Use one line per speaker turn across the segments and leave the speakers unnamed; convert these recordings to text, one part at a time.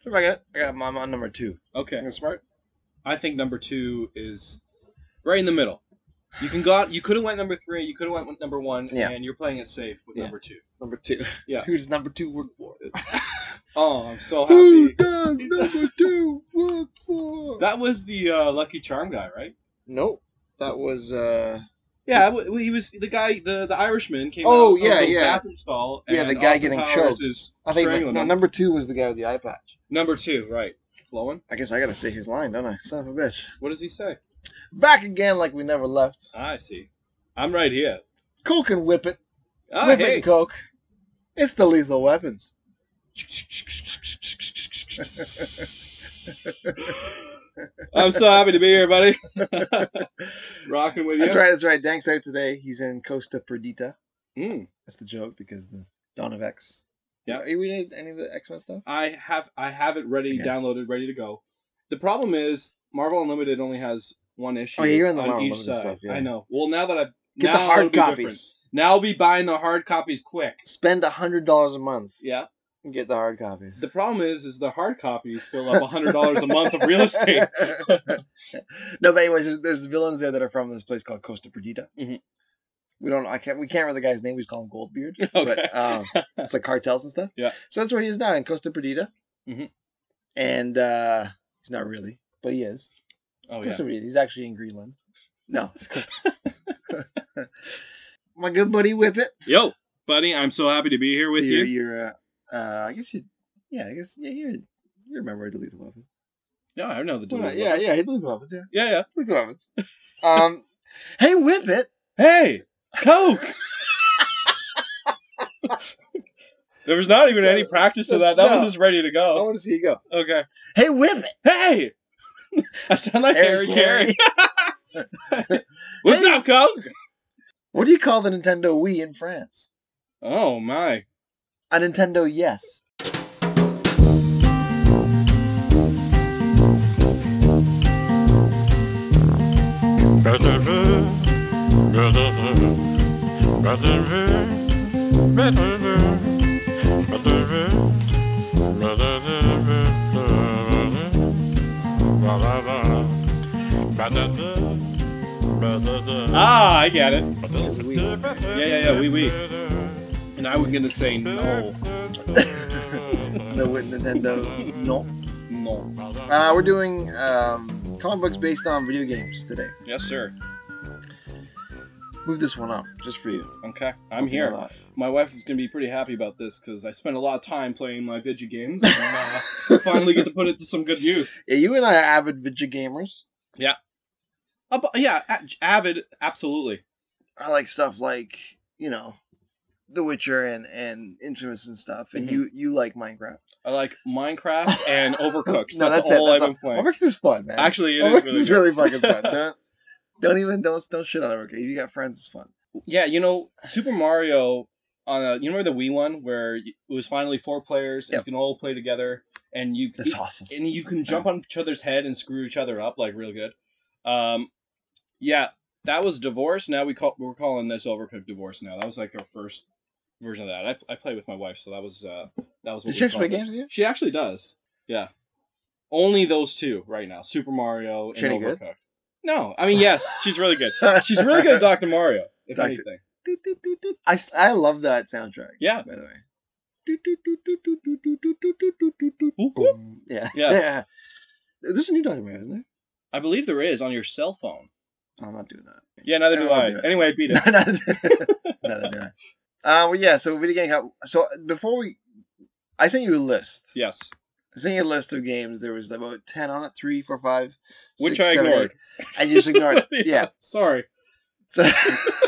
So I got I got my on number two.
Okay.
Isn't it smart?
I think number two is right in the middle. You can go out. You could have went number three. You could have went with number one.
Yeah.
And you're playing it safe with
Yeah.
number two.
Number two.
Yeah.
Who does number two work for?
Oh, I'm so
Who
happy.
does number two work for?
That was the uh, Lucky Charm guy, right?
nope. That was uh.
Yeah, w- w- he was the guy. The, the Irishman came.
Oh,
out
yeah,
of the
yeah.
Bathroom stall.
Yeah,
and
the guy
Austin
getting
Powers
choked.
Is
I think
strangling
no,
him.
number two was the guy with the eye patch.
number two, right? Flowing.
I guess I gotta say his line, don't I? Son of a bitch.
What does he say?
Back again like we never left.
I see. I'm right here.
Coke and whip it.
Ah,
whip it
hey.
and coke. It's the lethal weapons.
I'm so happy to be here, buddy. Rocking with you.
That's right, that's right. Dank's out today. He's in Costa Perdita.
Mm.
That's the joke because the Dawn of X.
Yeah.
Are you reading any of the X Men stuff?
I have I have it ready,
Yeah.
downloaded, ready to go. The problem is Marvel Unlimited only has one issue.
Oh, yeah, you're in the
on
Marvel
each
Unlimited
side.
stuff, yeah.
I know. Well, now that I've
Get
now
the
it'll
hard
be
copies.
different. Now I'll be buying the hard copies quick.
Spend a hundred dollars a month
Yeah.
and get the hard copies.
The problem is, is the hard copies fill up hundred dollars a month of real estate.
no, but anyways, there's, there's villains there that are from this place called Costa Perdita.
Mhm.
We don't. I can't. We can't remember the guy's name. We just call him Goldbeard.
Okay.
But um, it's like cartels and stuff.
Yeah.
So that's where he is now in Costa Perdita.
Mhm.
And uh, he's not really, but he is.
Oh yeah.
Costa Rica. He's actually in Greenland. No, it's Costa. My good buddy Whippet.
Yo, buddy, I'm so happy to be here with
So
you.
you're, You're, uh, uh, I guess you. Yeah, I guess yeah. You're you remember to lethal weapons.
Yeah, I know the
Well,
dude.
yeah, yeah, he lethal weapons. Yeah,
yeah, yeah.
lethal weapons. um, hey Whippet.
Hey, Coke. there was not even any practice to that. That was
No.
just ready to
I
go.
want to see you go.
Okay.
Hey Whippet.
Hey. I sound like Harry Carey. What's
Hey.
up, Coke?
What do you call the Nintendo Wii in France?
Oh my.
A Nintendo Yes.
Ah, I get it.
It's Wii.
Yeah, yeah, yeah. We we. And I was gonna say no,
No, with Nintendo. no.
no.
Uh, we're doing um, comic books based on video games today.
Yes, sir.
Move this one up just for you.
Okay, I'm
Hope you
here.
know that.
My wife is gonna be pretty happy about this because I spent a lot of time playing my video games and uh, finally get to put it to some good use.
Yeah, you and I are avid video gamers.
Uh, but yeah, a- avid, absolutely.
I like stuff like you know, The Witcher and and Infamous and stuff. And you you like Minecraft.
I like Minecraft and Overcooked.
no,
that's,
that's,
all
it.
I've
That's
been playing.
Overcooked is fun, man.
Actually, it is
Overcooked
really
is
good.
really fucking fun. Don't, don't even don't don't shit on Overcooked. If you got friends, it's fun.
Yeah, you know, Super Mario on a, you remember the Wii one where y- it was finally four players and
Yep.
you can all play together and you
That's awesome.
and you can jump on each other's head and screw each other up like real good. Um, yeah, that was divorce. Now we call we're calling this overcooked divorce. Now that was like our first version of that. I, I play with my wife, so that was uh that was
Did
what we
she actually play
called it.
games with you?
She actually does. Yeah, only those two right now: Super Mario and
Pretty
Overcooked.
good?
No, I mean yes, she's really good. She's really good at Doctor Mario. If
Doctor-
anything,
Doot, doot, doot, doot. I s- I love that soundtrack.
yeah.
by the way. Doot, doot, doot, doot, doot, doot, doot, doot, doot, doot, doot, doot, doot.
Whoop, whoop.
Boom. Yeah.
Yeah.
There's a new documentary, isn't there?
I believe there is on your cell phone.
I'm not doing that.
Yeah, neither do
I'll
I.
do it.
anyway, beat it.
Neither do I. Uh, well, yeah. So video game. how- So before we, I sent you a list.
yes,
I sent you a list of games. There was about ten on it. Three, four, five.
which
six,
I
seven,
ignored.
eight. I just ignored it. Yeah.
Sorry.
So.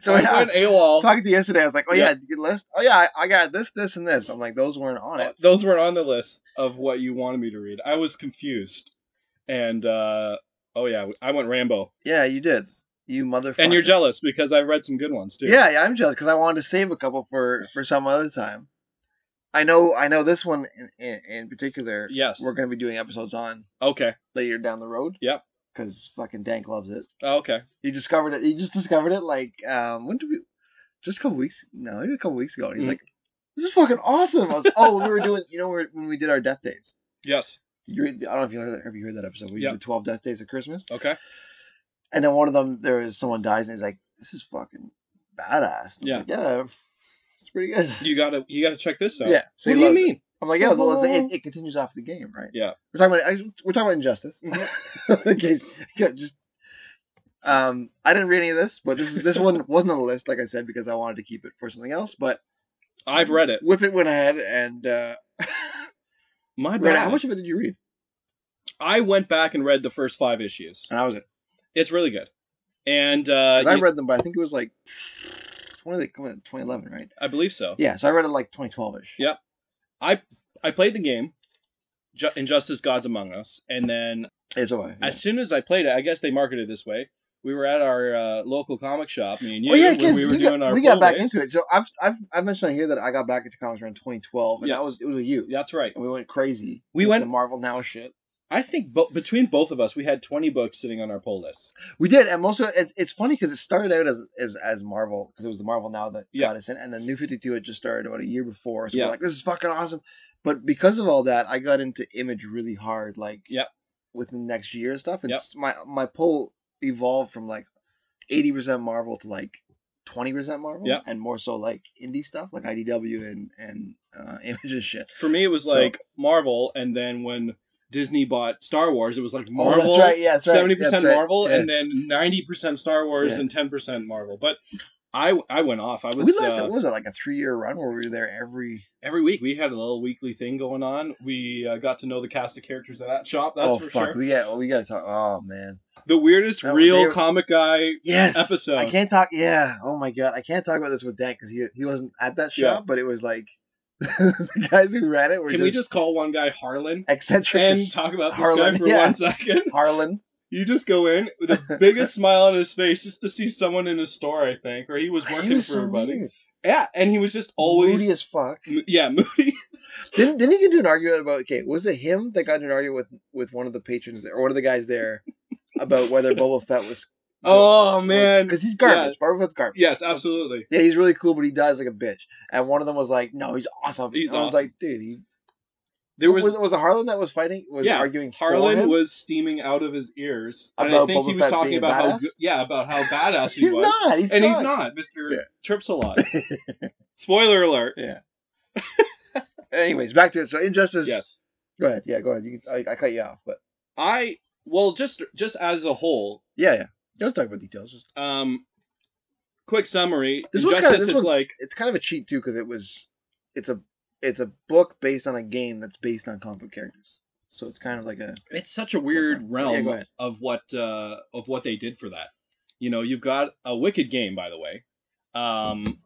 so
I
I, I
went AWOL.
was talking to you yesterday. I was like, "Oh
Yeah.
yeah, did you get a list. Oh yeah, I, I got this, this, and this." I'm like, "Those weren't on it."
Those weren't on the list of what you wanted me to read. I was confused. And uh oh yeah, I went Rambo.
Yeah, you did. You motherfucker.
And you're jealous because I read some good ones too.
Yeah, yeah, I'm jealous because I wanted to save a couple for for some other time. I know, I know this one in, in, in particular.
Yes.
we're going to be doing episodes on
Okay.
later down the road.
Yep.
Because fucking Dank loves it.
Oh, okay.
He discovered it. He just discovered it like um when did we? Just a couple weeks. No, maybe a couple weeks ago. And he's
Mhm.
like, This is fucking awesome. I was, oh, when we were doing, you know, when we did our death days.
Yes.
You read, I don't know if you heard that, ever heard that episode. We
Yeah.
did the 12 death days at Christmas.
Okay.
And then one of them, there is someone dies and he's like, this is fucking badass. And I was
Yeah.
Like, yeah. It's pretty good.
You gotta you gotta check this out.
Yeah. So
what
he
do you
loves it.
mean?
I'm like, yeah,
So-
well, it, it continues off the game, right?
Yeah. Mm-hmm.
We're talking about I- we're talking about injustice. In case, yeah, just um, I didn't read any of this, but this is this one wasn't on the list, like I said, because I wanted to keep it for something else. But
I've read it.
Whip it went ahead and uh,
My
read it.
bad.
How much of it did you read?
I went back and read the first five issues.
And I was it.
It's really good. And uh,
'Cause
you-
I read them, but I think it was like when did they come in? 2011, right?
I believe so.
Yeah. So I read it like 2012 ish.
Yeah. I played the game, Ju- Injustice: Gods Among Us, and then
It's over. Yeah.
as soon as I played it, I guess they marketed it this way. We were at our uh, local comic shop, me and you,
Oh yeah,
when
because
we were
we,
doing
got,
our
we got
pool
back
days.
into it. So I've, I've I've mentioned on here that I got back into comics around 2012, and that
Yes.
was it was with you.
That's right.
and we went crazy.
We
with
went-
the Marvel Now shit.
I think bo- between both of us, we had 20 books sitting on our poll list.
We did, and most of it, it's funny because it started out as as, as Marvel because it was the Marvel Now that
Yeah.
got us in, and then New Fifty Two had just started about a year before, so
Yeah.
we're like, this is fucking awesome. But because of all that, I got into Image really hard, like
Yep.
within the next year and stuff, and
Yep.
s- my my poll evolved from like eighty percent Marvel to like twenty percent Marvel,
Yep.
and more so like indie stuff like IDW and and uh, Image and shit.
For me, it was
So-
like Marvel, and then when Disney bought Star Wars, it was like
Oh,
Marvel,
that's right, yeah, that's right,
seventy percent
that's right,
Marvel,
yeah.
and then ninety percent Star Wars
Yeah.
and ten percent Marvel. But I I went off. I was
we lost
uh,
it. What was it like a three year run where we were there every
every week. We had a little weekly thing going on. We uh, got to know the cast of characters at that shop. That's
oh
for
fuck,
sure.
we got we gotta talk. Oh man,
The weirdest
That-
real
they-
comic guy.
yes.
Episode.
I can't talk. Yeah. Oh my god, I can't talk about this with Dan because he he wasn't at that
Yeah.
shop, but it was like the guys who ran it were
Can
just,
we just call one guy Harlan
eccentric.
and
as
talk about this guy
Harlan,
for
yeah.
one second?
Harlan.
You just go in with the biggest smile on his face just to see someone in a store, I think, or he was working
He was
for
so
a buddy.
weird.
Yeah, and he was just always
moody as fuck.
M- yeah moody.
Didn't didn't he get into an argument about? Okay, was it him that got into an argument with with one of the patrons there or one of the guys there about whether Boba Fett was?
Oh man,
because he's garbage. Boba Fett's garbage.
yes, absolutely.
Yeah, he's really cool, but he dies like a bitch. And one of them was like, "No, he's awesome."
He's
and I was
awesome.
like, "Dude, he
There
was,
was,
was it was it Harlan that was fighting was
Yeah,
arguing for
Harlan
him?
was steaming out of his ears, and I
About
think
Boba
he was
Fett
talking
being a
about how
badass?
good, yeah about how badass he
he's
was,
not he's
and he's
sucks.
not Mister
Yeah.
Trips a lot. Spoiler alert.
yeah anyways back to it so injustice
Yes,
go ahead yeah go ahead you can, I, I cut you off but
I well just just as a whole,
yeah yeah don't talk about details just,
um, quick summary.
This one's
Injustice
kinda- this
is
one-
like
it's kind of a cheat too because it was it's a it's a book based on a game that's based on comic book characters so it's kind of like a
it's such a weird
Yeah,
realm
go ahead.
of what uh, of what they did for that. You know, you've got a wicked game, by the way, um,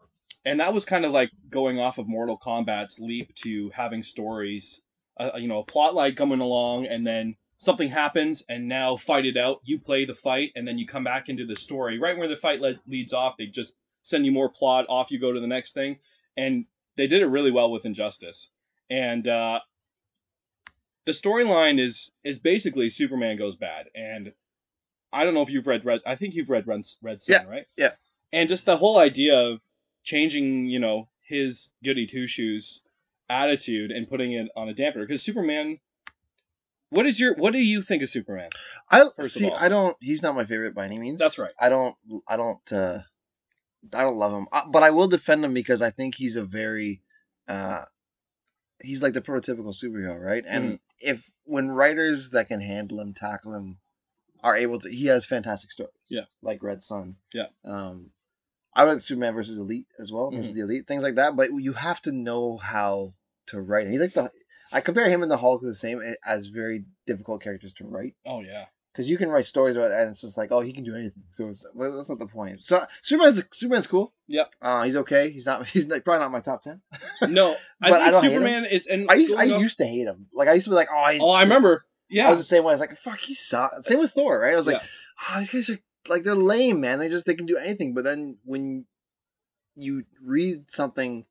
and that was kind of like going off of Mortal Kombat's leap to having stories. Uh, you know, a plot line coming along, and then something happens, and now fight it out. You play the fight, and then you come back into the story right where the fight le- leads off. They just send you more plot. Off you go to the next thing, and they did it really well with Injustice. And uh, the storyline is is basically Superman goes bad, and I don't know if you've read Red. I think you've read Red, Red Sun, right?
yeah.
And just the whole idea of changing, you know, his goody two shoes attitude and putting it on a damper because Superman. What is your What do you think of Superman?
I
of
see.
all.
I don't. He's not my favorite by any means.
That's right.
I don't. I don't. Uh, I don't love him, uh, but I will defend him because I think he's a very. Uh, he's like the prototypical superhero, right? And
Mm-hmm.
if when writers that can handle him, tackle him, are able to, he has fantastic stories.
Yeah.
Like Red Sun.
Yeah.
Um, I read Superman versus Elite as well
Mm-hmm.
versus the Elite things like that, but you have to know how to write. He's like the. I compare him and the Hulk the same eh, as very difficult characters to write
Oh yeah,
because you can write stories about and it's just like oh he can do anything so it's, well, that's not the point so superman's superman's cool
Yep.
uh he's okay he's not he's not, probably not my top 10
no, I
But I
think
don't hate
Superman is. And
i used i
going off-
used to hate him like i used to be like oh he's,
oh, I remember. Yeah,
i was the same way i was like fuck he sucks same with thor right i was like
Yeah.
oh these guys are like they're lame man they just they can do anything but then when you read something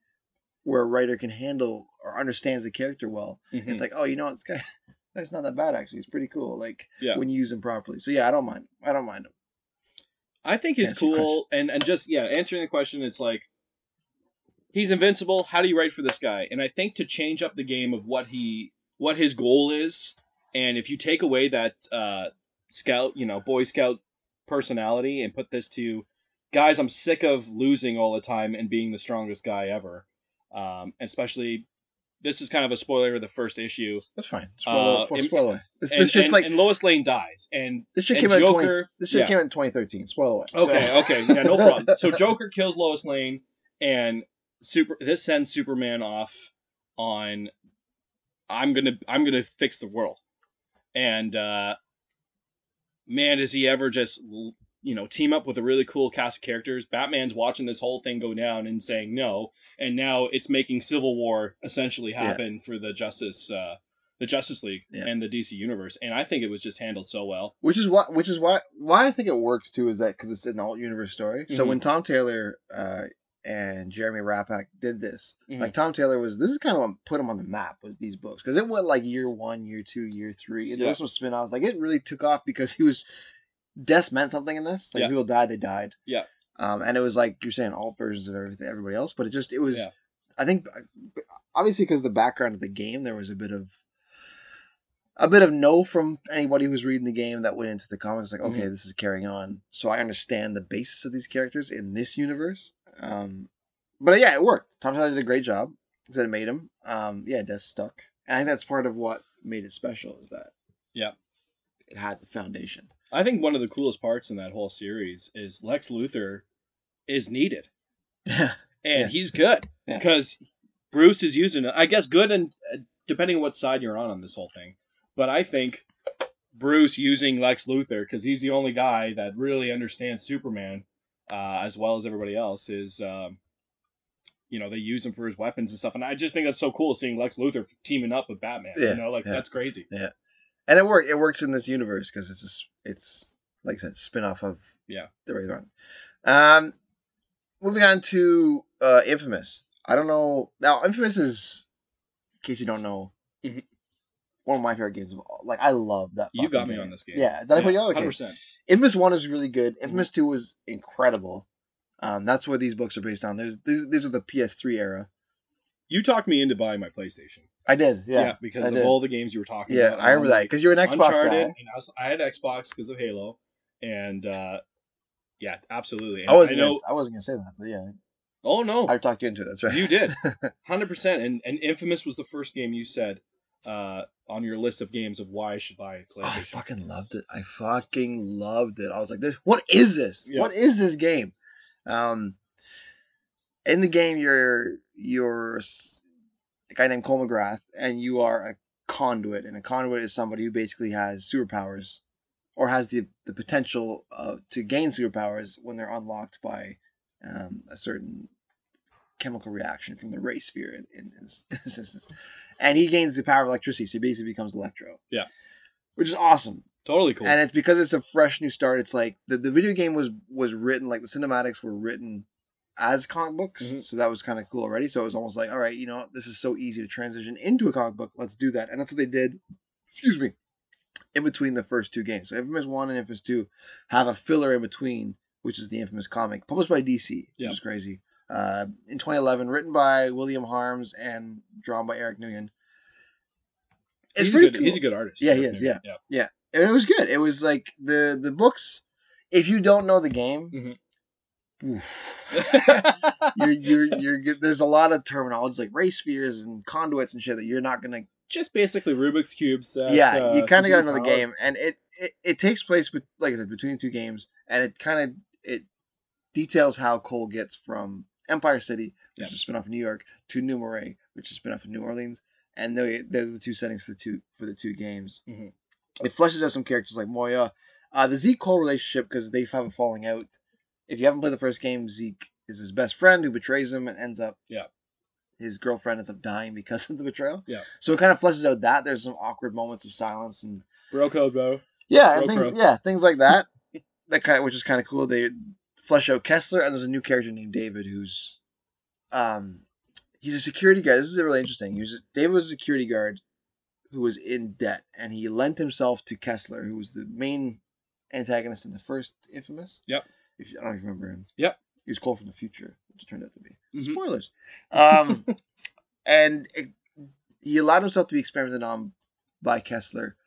where a writer can handle or understands the character well
Mhm.
it's like, oh, you know, what, this guy, that's not that bad actually. It's pretty cool. Like
Yeah.
when you use him properly. So yeah, I don't mind. I don't mind him.
I think is
Answer your
cool and and just yeah, answering the question, it's like he's invincible. How do you write for this guy? And I think to change up the game of what he what his goal is, and if you take away that uh, scout, you know, boy scout personality, and put this to guys, I'm sick of losing all the time and being the strongest guy ever. Um, especially, this is kind of a spoiler of the first issue.
That's fine. Spoiler.
Uh, and-
spoiler. away. This,
And,
this shit's
and-
like
and Lois Lane dies, and
this shit
and
came out. in 20,
Joker-
this shit
yeah.
came out in 2013. Spoiler. away.
Okay, okay, yeah, no problem. So Joker kills Lois Lane, and super. This sends Superman off on. I'm gonna, I'm gonna fix the world, and uh, man, does he ever just, l- you know, team up with a really cool cast of characters? Batman's watching this whole thing go down and saying no, and now it's making civil war essentially
Yeah.
happen for the Justice, uh, the Justice League
Yeah.
and the DC universe, and I think it was just handled so well.
which is why which is why why I think it works too is that because it's an alt universe story. So
Mhm.
when Tom Taylor uh, and Jeremy Rapack did this,
Mhm.
like Tom Taylor was this is kind of what put him on the map was these books because it went like year one, year two, year three, and there
Yeah.
was some spin offs. Like it really took off because he was death meant something in this. Like
Yeah.
people died, they died.
Yeah.
Um, and it was like you're saying alt versions of everything, everybody else, but it just it was.
Yeah.
I think uh, obviously because the background of the game, there was a bit of a bit of no from anybody who was reading the game that went into the comics. Like,
Mm-hmm.
okay, this is carrying on. So I understand the basis of these characters in this universe. Um, but yeah, it worked. Tom Tyler did a great job. Said it made him. Um, yeah, Death stuck. And I think that's part of what made it special is that.
Yeah.
It had the foundation.
I think one of the coolest parts in that whole series is Lex Luthor is needed,
yeah.
and
Yeah.
he's good
Yeah.
because Bruce is using it. I guess good and uh, depending on what side you're on on this whole thing, but I think Bruce using Lex Luthor because he's the only guy that really understands Superman uh, as well as everybody else is. Um, you know they use him for his weapons and stuff, and I just think that's so cool seeing Lex Luthor teaming up with Batman.
Yeah,
you know, like
yeah.
that's crazy.
And it worked. It works in this universe because it's just, it's like I said, spin off of
Yeah.
the regular one. Um, moving on to uh, Infamous. I don't know now. Infamous is, in case you don't know,
Mhm.
one of my favorite games of all. Like I love that.
You got
fucking
me on this game.
Yeah, did I put you on? Okay.
100%.
Infamous One is really good.
Mm-hmm.
Infamous Two was incredible. Um, that's what these books are based on. There's these, these are the PS3 era.
You talked me into buying my PlayStation.
I did,
Yeah,
yeah,
because
I
of
did.
all the games you were talking
yeah.
about.
I remember that
like,
because you're an Xbox
Uncharted,
guy.
and I, was, I had Xbox because of Halo, and uh, yeah, absolutely. And
I wasn't.
I know.
gonna, I wasn't gonna say that, but yeah,
Oh no,
I talked you into it. That's right.
you did, hundred percent. And and Infamous was the first game you said uh, on your list of games of why I should buy a
Oh, I
PlayStation.
fucking loved it. I fucking loved it. I was like, this what is this?
Yeah.
What is this game? Um in the game you're you're s- a guy named Cole McGrath and you are a conduit and a conduit is somebody who basically has superpowers or has the the potential of, to gain superpowers when they're unlocked by um, a certain chemical reaction from the ray sphere in, in, in this instance and he gains the power of electricity so he basically becomes electro
Yeah.
which is awesome
totally cool.
and it's because it's a fresh new start. It's like the, the video game was was written like the cinematics were written as comic books,
Mhm.
so that was kind of cool already. So it was almost like, all right, you know, this is so easy to transition into a comic book. Let's do that, and that's what they did. Excuse me, in between the first two games, so Infamous One and Infamous Two have a filler in between, which is the Infamous comic published by DC,
Yeah.
which is crazy. Uh, in 2011, written by William Harms and drawn by Eric Nguyen. It's
he's, a
pretty
good,
cool
he's a good artist.
Yeah, he
Eric
is,
Newman.
yeah. and it was good. It was like the the books. If you don't know the game, oof.
yeah.
you're you're you're get- there's a lot of terminology like race spheres and conduits and shit that you're not gonna.
Just basically Rubik's cubes. That,
yeah,
uh,
you kind of got
computer
to know the
powers.
game, and it, it it takes place with like I said between the two games, and it kind of it details how Cole gets from Empire City, which
Yeah.
is a spin off of New York, to New Moray, which is a spin off of New Orleans, and they, there's the two settings for the two for the two games.
Mhm.
It fleshes out some characters like Moya, uh, the Zeke Cole relationship because they have a falling out. If you haven't played the first game, Zeke is his best friend who betrays him and ends up
Yeah.
his girlfriend ends up dying because of the betrayal.
Yeah.
So it kind of fleshes out that there's some awkward moments of silence and
Bro code, bro.
yeah, and
Bro
things
growth.
yeah, things like that. that kind which is kind of cool. They flesh out Kessler and there's a new character named David who's um he's a security guard. This is really interesting. He was David was a security guard who was in debt and he lent himself to Kessler who was the main antagonist in the first Infamous.
Yep.
If you- I don't even remember him.
Yep.
He was Cole from the future. turned out to be.
Mhm.
Spoilers. Um, and it, he allowed himself to be experimented on by Kessler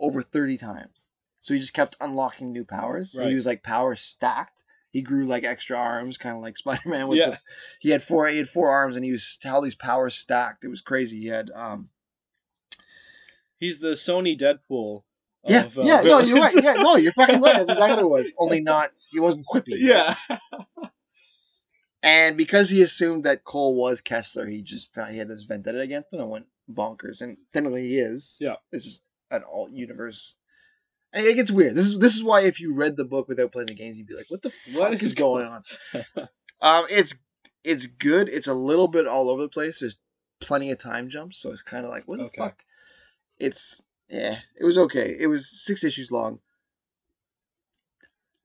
over 30 times. So he just kept unlocking new powers. So
Right.
He was like power stacked. He grew like extra arms, kind of like Spider Man. With
Yeah.
the, he had four he had four arms, and he was how these powers stacked. It was crazy. He had um
He's the Sony Deadpool. Of,
yeah
uh,
yeah no you're right
villains.
yeah no you're fucking right that's exactly what it was only not he wasn't quippy
yeah.
And because he assumed that Cole was Kessler, he just found he had this vendetta against him and went bonkers. And technically, he is.
Yeah.
it's just an alt universe. And it gets weird. This is this is why if you read the book without playing the games, you'd be like, "What the
What
fuck
is
is going on?" um, it's it's good. It's a little bit all over the place. There's plenty of time jumps, so it's kind of like, "What the
Okay.
fuck?" It's yeah, it was okay. It was six issues long.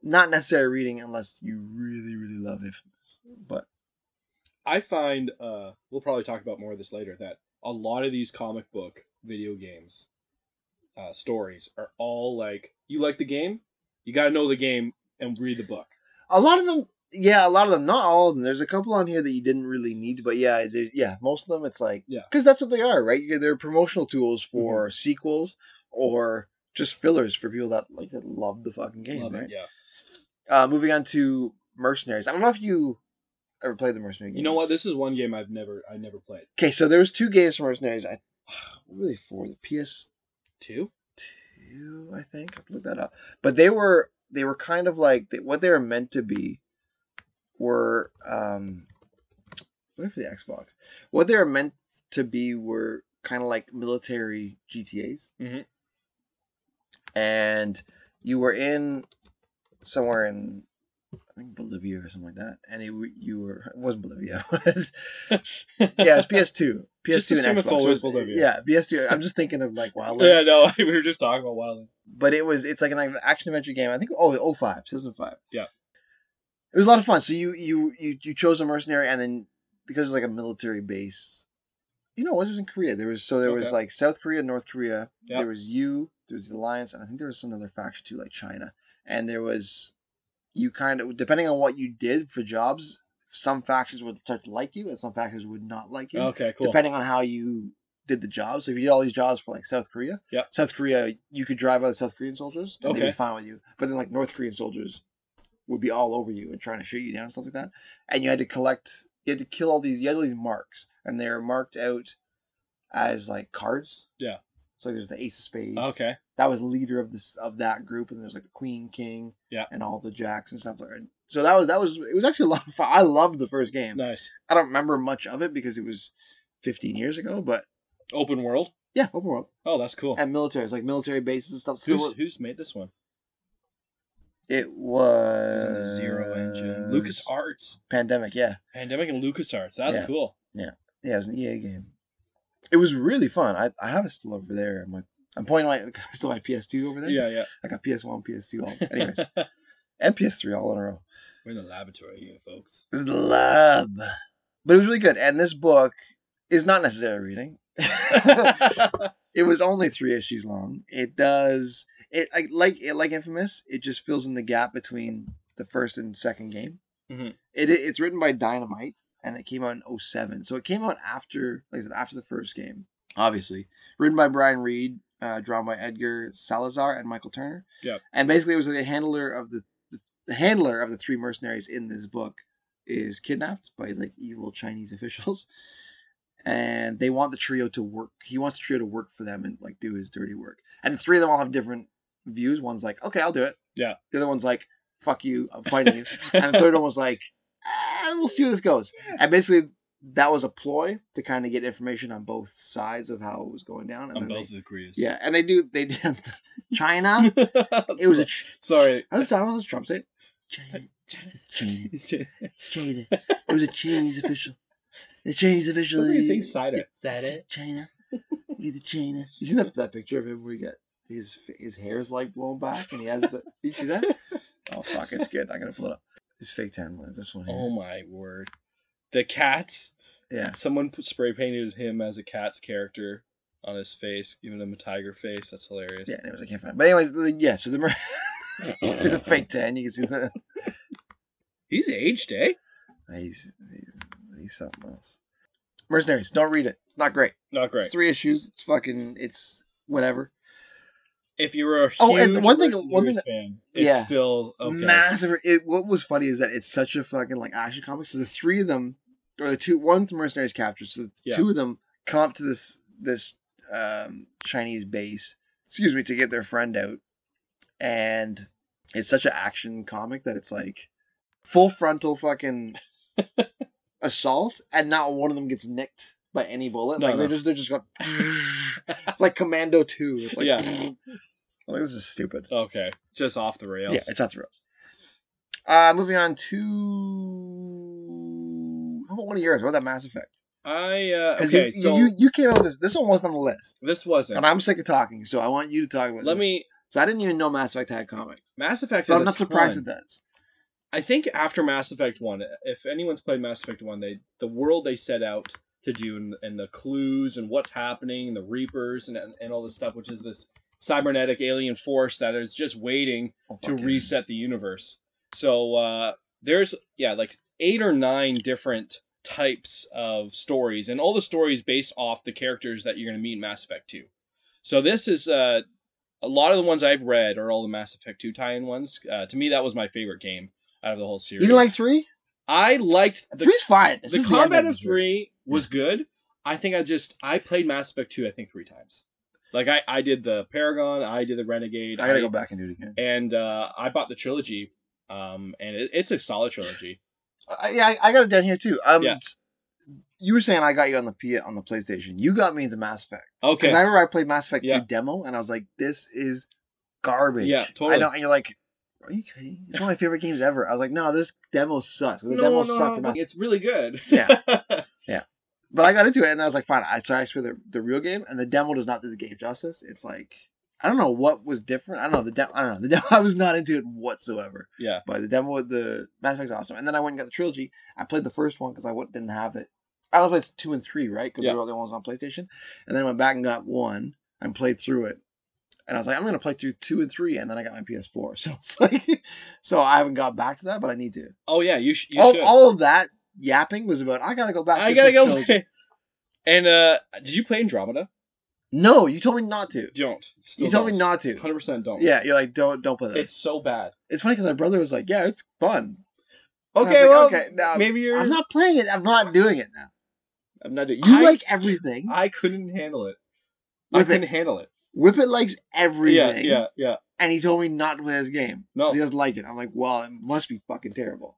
Not necessary reading unless you really really love Infamous, but.
I find uh, we'll probably talk about more of this later. That a lot of these comic book video games uh, stories are all like, you like the game, you got to know the game and read the book.
A lot of them, yeah, a lot of them. Not all of them. There's a couple on here that you didn't really need, but yeah, there- yeah, most of them. It's like,
Yeah. Mm-hmm.
because that's what they are, right? You're, they're promotional tools for sequels or just fillers for people that like that love the fucking game,
Love
right?
it. Yeah.
Uh, moving on to Mercenaries. I don't know if you ever played the Mercenary game.
You know what? This is one game I've never I never played.
okay, so there was two games for Mercenaries. I really for the PS
Two.
two, I think. I have to look that up. But they were they were kind of like they, what they were meant to be were um wait for the Xbox. What they were meant to be were kind of like military GTAs.
Mhm.
And you were in somewhere in I think Bolivia or something like that, and it, w- you were it wasn't Bolivia. yeah, it's PS2, PS2
Just assume
and Xbox.
it's
so
always
it's-
Bolivia.
Yeah, PS2. I'm just thinking of like Wildlands
yeah, no, we were just talking about Wildland.
but it was it's like an action adventure game. I think oh 05, 2005.
Yeah.
It was a lot of fun. So you you you you chose a mercenary and then because it was like a military base. You know, it was in Korea. There was so there was
Okay.
like South Korea, North Korea.
Yeah.
There was you. There was the alliance, and I think there was another faction too, like China. And there was you kind of depending on what you did for jobs, some factions would start to like you, and some factions would not like you
Okay, cool.
depending on how you did the job. So if you did all these jobs for like South Korea,
Yeah.
South Korea, you could drive other South Korean soldiers and they'd be
Okay.
fine with you. But then like North Korean soldiers would be all over you and trying to shoot you down and stuff like that. And you had to collect, you had to kill all these, you had all these marks, and they're marked out as like cards.
Yeah.
So there's the ace of spades.
Okay.
That was leader of this of that group, and there's like the queen, king,
Yeah.
and all the jacks and stuff. like that. So that was that was it was actually a lot of fun. I loved the first game.
Nice.
I don't remember much of it because it was 15 years ago, but
Open world.
yeah, open world
Oh, that's cool.
and militaries, like military bases and stuff. Um, So
Who's
it
who's made this one?
it was
Zero Engine. Lucas Arts.
Pandemic, yeah,
Pandemic and Lucas Arts. That's
Yeah.
cool.
yeah, it was an EA game. It was really fun. I, I have it still over there. I'm like, I'm pointing my still my PS2 over there.
Yeah, yeah.
I got PS1, PS2, all anyways, and PS3 all in a row.
We're in the laboratory here, folks.
It was love, but it was really good. And this book is not necessarily reading. it was only three issues long. It does it like like it like Infamous. It just fills in the gap between the first and second game.
Mhm.
It it's written by Dynamite and it came out in 07. so it came out after like I said after the first game, obviously. Written by Brian Reed, uh, drawn by Edgar Salazar and Michael Turner.
Yep.
and basically it was like the handler of the, the the handler of the three mercenaries in this book is kidnapped by like evil Chinese officials and they want the trio to work. He wants the trio to work for them and like do his dirty work. And the three of them all have different views. One's like, okay, I'll do it.
Yeah.
The other one's like, fuck you, I'm fighting you. and the third one was like, ah, we'll see where this goes. And basically, that was a ploy to kind of get information on both sides of how it was going down. And
On
then
both
They,
of the Koreas.
yeah, and they do. They did China. It was a. Ch-
sorry.
I was talking Trump say it. China. China. China. It was a Chinese official. The Chinese official.
Somebody sing cider.
China. Look at the China. You seen that, that picture of him where he got his his hair is like blown back and he has the. You see that? Oh fuck, it's good. I'm gonna pull it up. His fake tan line. This one. Here.
Oh my word. The cats.
Yeah.
Someone put, spray painted him as a cat's character on his face, giving him a tiger face. That's hilarious.
Yeah. Anyways, I can't find. It. But anyways, the- yeah. So the, mer- the fake tan. You can see that.
He's aged, eh?
He's he's, he's something else. Mercenaries, don't read it. It's not great.
Not
It's
great.
three issues. It's fucking. It's whatever.
If you were a huge
Oh, and one thing- one thing
Mercenaries
that-
fan, it's
yeah.
still okay.
Massive. It, what was funny is that it's such a fucking like action comic. So the three of them, or the two, one mercenaries captured. So the
Yeah.
two of them come up to this this um, Chinese base. Excuse me, to get their friend out, and it's such an action comic that it's like full frontal fucking assault, and not one of them gets nicked by any bullet.
No,
like they're
no.
just they're just going. it's like Commando Two. It's like.
Yeah.
I'm like, this is stupid.
okay, just off the rails.
Yeah, it's off the rails. Uh, moving on to how about one of yours? What about Mass Effect?
I uh,
'Cause
okay.
you,
so
you you came out with this. This one wasn't on the list,
this wasn't.
and I'm sick of talking, so I want you to talk about.
Let
this.
me.
So I didn't even know Mass Effect had comics,
Mass Effect.
but
has
I'm
a
not surprised
ton.
it does.
I think after Mass Effect One, if anyone's played Mass Effect One, they the world they set out to do and, and the clues and what's happening and the Reapers and, and all this stuff, which is this cybernetic alien force that is just waiting
Oh,
to
fuck yeah.
reset the universe. So uh, there's yeah like eight or nine different types of stories, and all the stories based off the characters that you're gonna meet in Mass Effect Two. So this is uh, a lot of the ones I've read are all the Mass Effect Two tie-in ones. Uh, to me, that was my favorite game out of the whole
You
series.
didn't like three?
I liked the
Three's fine. This
the
is
combat
end
of three was good. I think I just I played Mass Effect Two I think three times. Like I, I did the Paragon, I did the Renegade,
I gotta go back and do it again.
and uh, I bought the trilogy, um, and it, it's a solid trilogy.
I, yeah, I, I got it down here too. Um,
Yeah.
you were saying I got you on the P on the PlayStation. You got me into Mass Effect. Because
Okay,
I remember I played Mass Effect
Yeah.
2 demo and I was like, this is garbage.
yeah,
I
totally.
know, and you're like, are you kidding? It's one of my favorite games ever. I was like, no, this demo sucks. The
No,
demo
no,
sucked. for
no,
Mass-
it's really good.
Yeah. But I got into it and I was like, fine. I so I actually played the, the real game and the demo does not do the game justice. It's like, I don't know what was different. I don't know the demo. I don't know the demo. I was not into it whatsoever.
yeah,
But the demo with the Mass Effect's awesome. And then I went and got the trilogy. I played the first one because I w- didn't have it. I only played two and three, right? Because
Yeah.
they were all the ones on PlayStation. And then I went back and got one and played through it. And I was like, I'm gonna play through two and three, and then I got my PS4. So it's like, so I haven't got back to that, but I need to.
Oh yeah, you, sh- you
All,
should.
all of that yapping was about I gotta go back.
I
to
gotta
this
go.
trilogy."
Play. And uh, did you play Andromeda?
No, you told me not to.
Don't. Still
You told me not to.
Hundred percent don't.
Yeah, you're like, don't don't play that.
it's
It's,
so bad.
funny because my brother was like, yeah, it's fun. I was
Okay,
like,
well,
okay, now,
maybe you're.
I'm not playing it. I'm not doing it now. I'm not doing. You
I-
like everything.
I couldn't handle it. I
Whip it.
couldn't handle it.
Whippet likes everything.
Yeah, Oh. yeah, yeah.
And he told me not to play this game.
No.
'cause He doesn't like it. I'm like, well, it must be fucking terrible.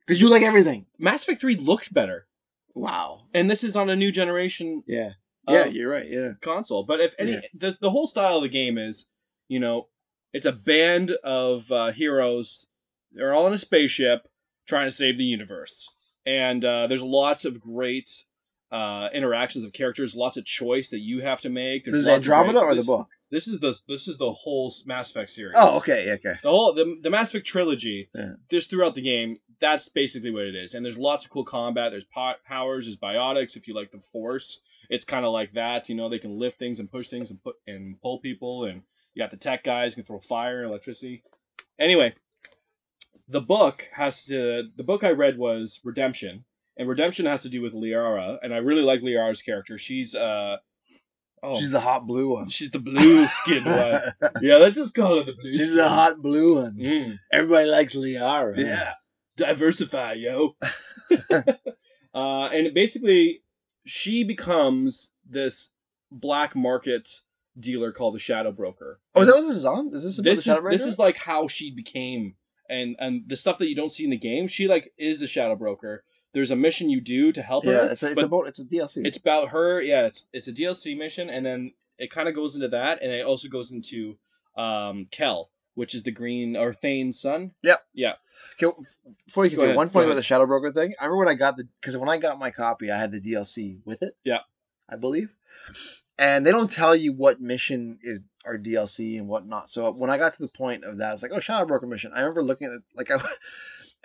Because you like everything.
Mass Effect Three looked better,
Wow.
and this is on a new generation
Yeah.
Um,
Yeah, you're right. Yeah.
console. But if any,
Yeah.
the, the whole style of the game is, you know, it's a band of uh, heroes. They're all in a spaceship trying to save the universe, and uh, there's lots of great uh, interactions of characters, lots of choice that you have to make. There's
This is
lots of
Andromeda
great-
or the
this-
book?
This is the this is the whole Mass Effect series.
Oh, okay. Okay.
The whole the, the Mass Effect trilogy,
Yeah.
just throughout the game, that's basically what it is. And there's lots of cool combat. There's po- powers. There's biotics. If you like the Force, it's kind of like that. You know, they can lift things and push things and put and pull people. And you got the tech guys who can throw fire, electricity. Anyway, the book has to. The book I read was Redemption, and Redemption has to do with Liara. And I really like Liara's character. She's uh, oh,
She's
she's,
the hot blue one.
the blue skin one. Yeah, let's just call her the blue.
She's
skin.
the hot blue one.
Mm.
Everybody likes Liara.
Yeah. Diversify, yo. uh, and basically, she becomes this black market dealer called the Shadow Broker.
Oh, is that what this is on? Is this about
This
the
is
Shadow
this is like how she became, and and the stuff that you don't see in the game. She like is the Shadow Broker. There's a mission you do to help her.
yeah, it's, a, it's
but
about it's a DLC.
it's about her. Yeah, it's it's a DLC mission, and then it kind of goes into that, and it also goes into um Kel, which is the green or Thane's son.
Okay, before you
Go
continue,
ahead,
one point
go
about the Shadow Broker thing. I remember when I got the because when I got my copy, I had the DLC with it.
Yeah.
I believe. And they don't tell you what mission is our DLC and whatnot. So when I got to the point of that, I was like, "Oh, Shadow Broker mission." I remember looking at it like I,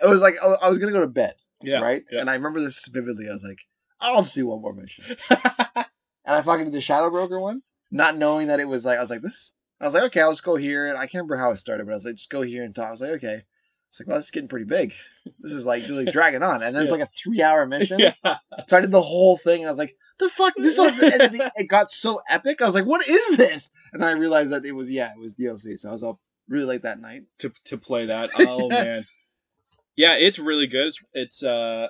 it was like I I was gonna go to bed,
Yeah.
right?
yeah.
And I remember this vividly. I was like, "I'll just do one more mission," and I fucking did the Shadow Broker one, not knowing that it was like I was like this. I was like, "Okay, I'll just go here," and I can't remember how it started, but I was like, "Just go here and talk." I was like, "Okay." It's like, well, this is getting pretty big. This is like, really dragging on. And then it's
Yeah.
like a three hour mission.
Yeah.
So I did the whole thing, and I was like, "The fuck!" This was, and it, it got so epic. I was like, "What is this?" And then I realized that it was yeah, it was DLC. So I was up really late that night.
to to play that. Oh man, yeah, it's really good. It's it's uh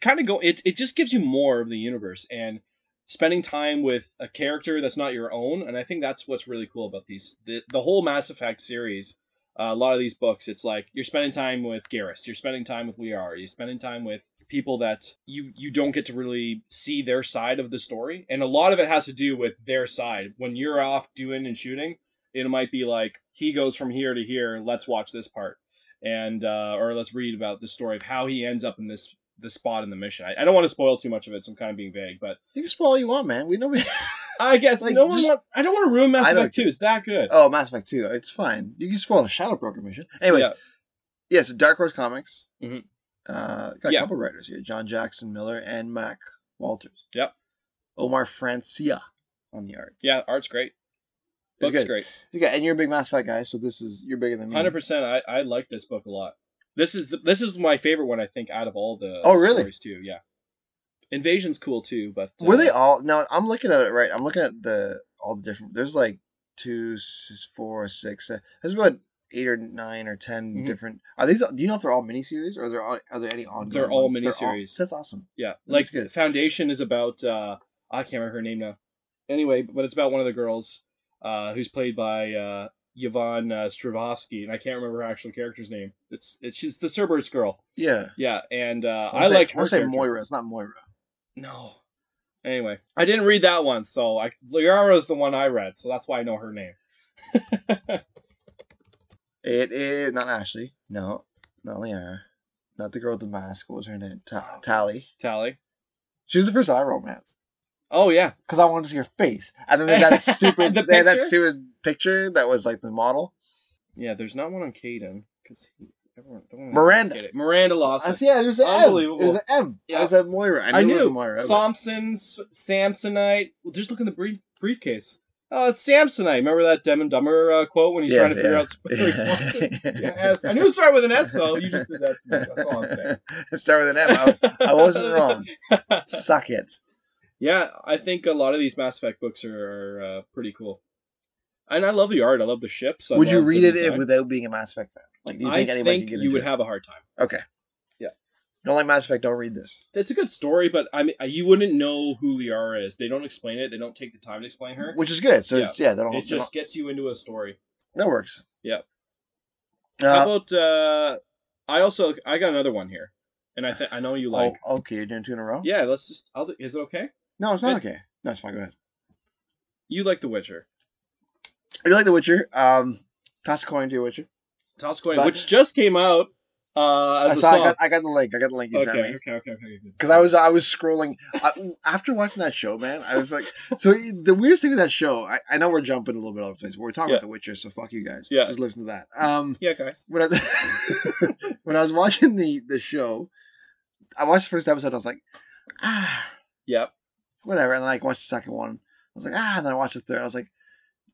kind of go. It it just gives you more of the universe and spending time with a character that's not your own. And I think that's what's really cool about these the the whole Mass Effect series. Uh, a lot of these books, it's like you're spending time with Garrus, you're spending time with Liara, you're spending time with people that you you don't get to really see their side of the story, and a lot of it has to do with their side. When you're off doing and shooting, it might be like he goes from here to here let's watch this part and uh, or let's read about the story of how he ends up in this this spot in the mission I, I don't want to spoil too much of it so i'm kind of being vague but
You can spoil all you want, man. We know. We...
i guess
Like,
no one
just-
want, i don't want to ruin mass
I don't
effect 2 it's that good
oh, Mass Effect Two. It's fine. You can spoil the Shadowbroker mission. Anyways, yeah.
Yeah.
so Dark Horse Comics.
Mhm.
Uh, got a
Yeah.
couple writers here: John Jackson Miller and Mac Walters.
Yep.
Omar Francia on the art.
yeah art's great
It's
book's
good. Mm-hmm.
great
Okay, and you're a big Mass Effect guy, so this is you're bigger than me.
100% i i like this book a lot this is the, this is my favorite one i think out of all the
Oh,
the
really?
stories too yeah invasion's cool too but uh,
Were they all? No, I'm looking at it right. I'm looking at the all the different. There's like two, s- four, six. uh, There's about eight or nine or 10
Mhm.
different. Are these? Do you know if they're all miniseries or are there all, are there any ongoing?
They're all
ones?
miniseries.
that's awesome.
Yeah, like
That's good.
Foundation is about uh I can't remember her name now. Anyway, but it's about one of the girls uh who's played by uh Yvonne uh, Stravosky, and I can't remember her actual character's name. It's, it's she's the Cerberus girl.
Yeah.
Yeah, and uh, I,
wanna say-
liked her.
wanna say
character.
Moira. It's not Moira.
No. Anyway, I didn't read that one, so I Liara is the one I read, so that's why I know her name.
It is not Ashley. No, not Liara. Not the girl with the mask. What was her name? Ta- Tally.
Tally.
She was the person I romanced
Oh yeah,
because I wanted to see her face. And then they had that stupid,
The
they had that
picture?
stupid picture that was like the model.
yeah. There's not one on Caden because everyone don't
Miranda.
Get it. Miranda
I
Lawson.
see. Yeah, it was an M. It
Unbelievable.
was an M. I
Yeah.
was at Moira. I knew,
I
it was
knew.
Moira. but-
Thompson's Samsonite. Well, just look in the brief, briefcase. Oh, it's Samsonite. Remember that Dem and Dumber uh, quote when he's
Yes,
trying to figure
yeah.
out Swanson? Yeah, S. I knew it started with an S, so you just did that to me. That's all I'm saying.
Start with an M. I, I wasn't wrong. Suck it.
Yeah, I think a lot of these Mass Effect books are, are uh, pretty cool. And I love the art. I love the ships. I
would you
love the
read it
design.
if, without being a Mass Effect fan? Like, do you think
I
anybody could
think
get
you
into
would
it?
have a hard time.
Okay.
Yeah.
Don't like Mass Effect. Don't read this.
It's a good story, but I mean, uh, you wouldn't know who Liara is. They don't explain it. They don't take the time to explain her.
Which is good. So
Yeah.
it's, yeah, they don't,
It
they don't-
just gets you into a story.
that works.
Yeah. How
Uh,
about uh, I also I got another one here, and I think I know you like.
oh, okay. You're doing two in a row.
Yeah, let's just. I'll, do- is it okay?
No, it's not
It-
okay. No, it's fine. Go ahead.
You like The Witcher,
I do like The Witcher. Um, toss a coin to The Witcher.
Toss a Coin,
But-
which just came out. Uh, as
I
a
saw. I
song.
got, I got the link. I got the link you
okay,
sent me.
okay, okay, okay, okay. good.
Because I was I was scrolling I, after watching that show, man. I was like, so the weirdest thing with that show, I, I know we're jumping a little bit off the place, but we're talking
Yeah.
about The Witcher, so fuck you guys.
Yeah.
just listen to that. Um,
Yeah, guys.
when I was, when I was watching the the show, I watched the first episode. I was like, ah,
Yep.
whatever. And then I watched the second one. I was like, ah. And then I watched the third. I was like,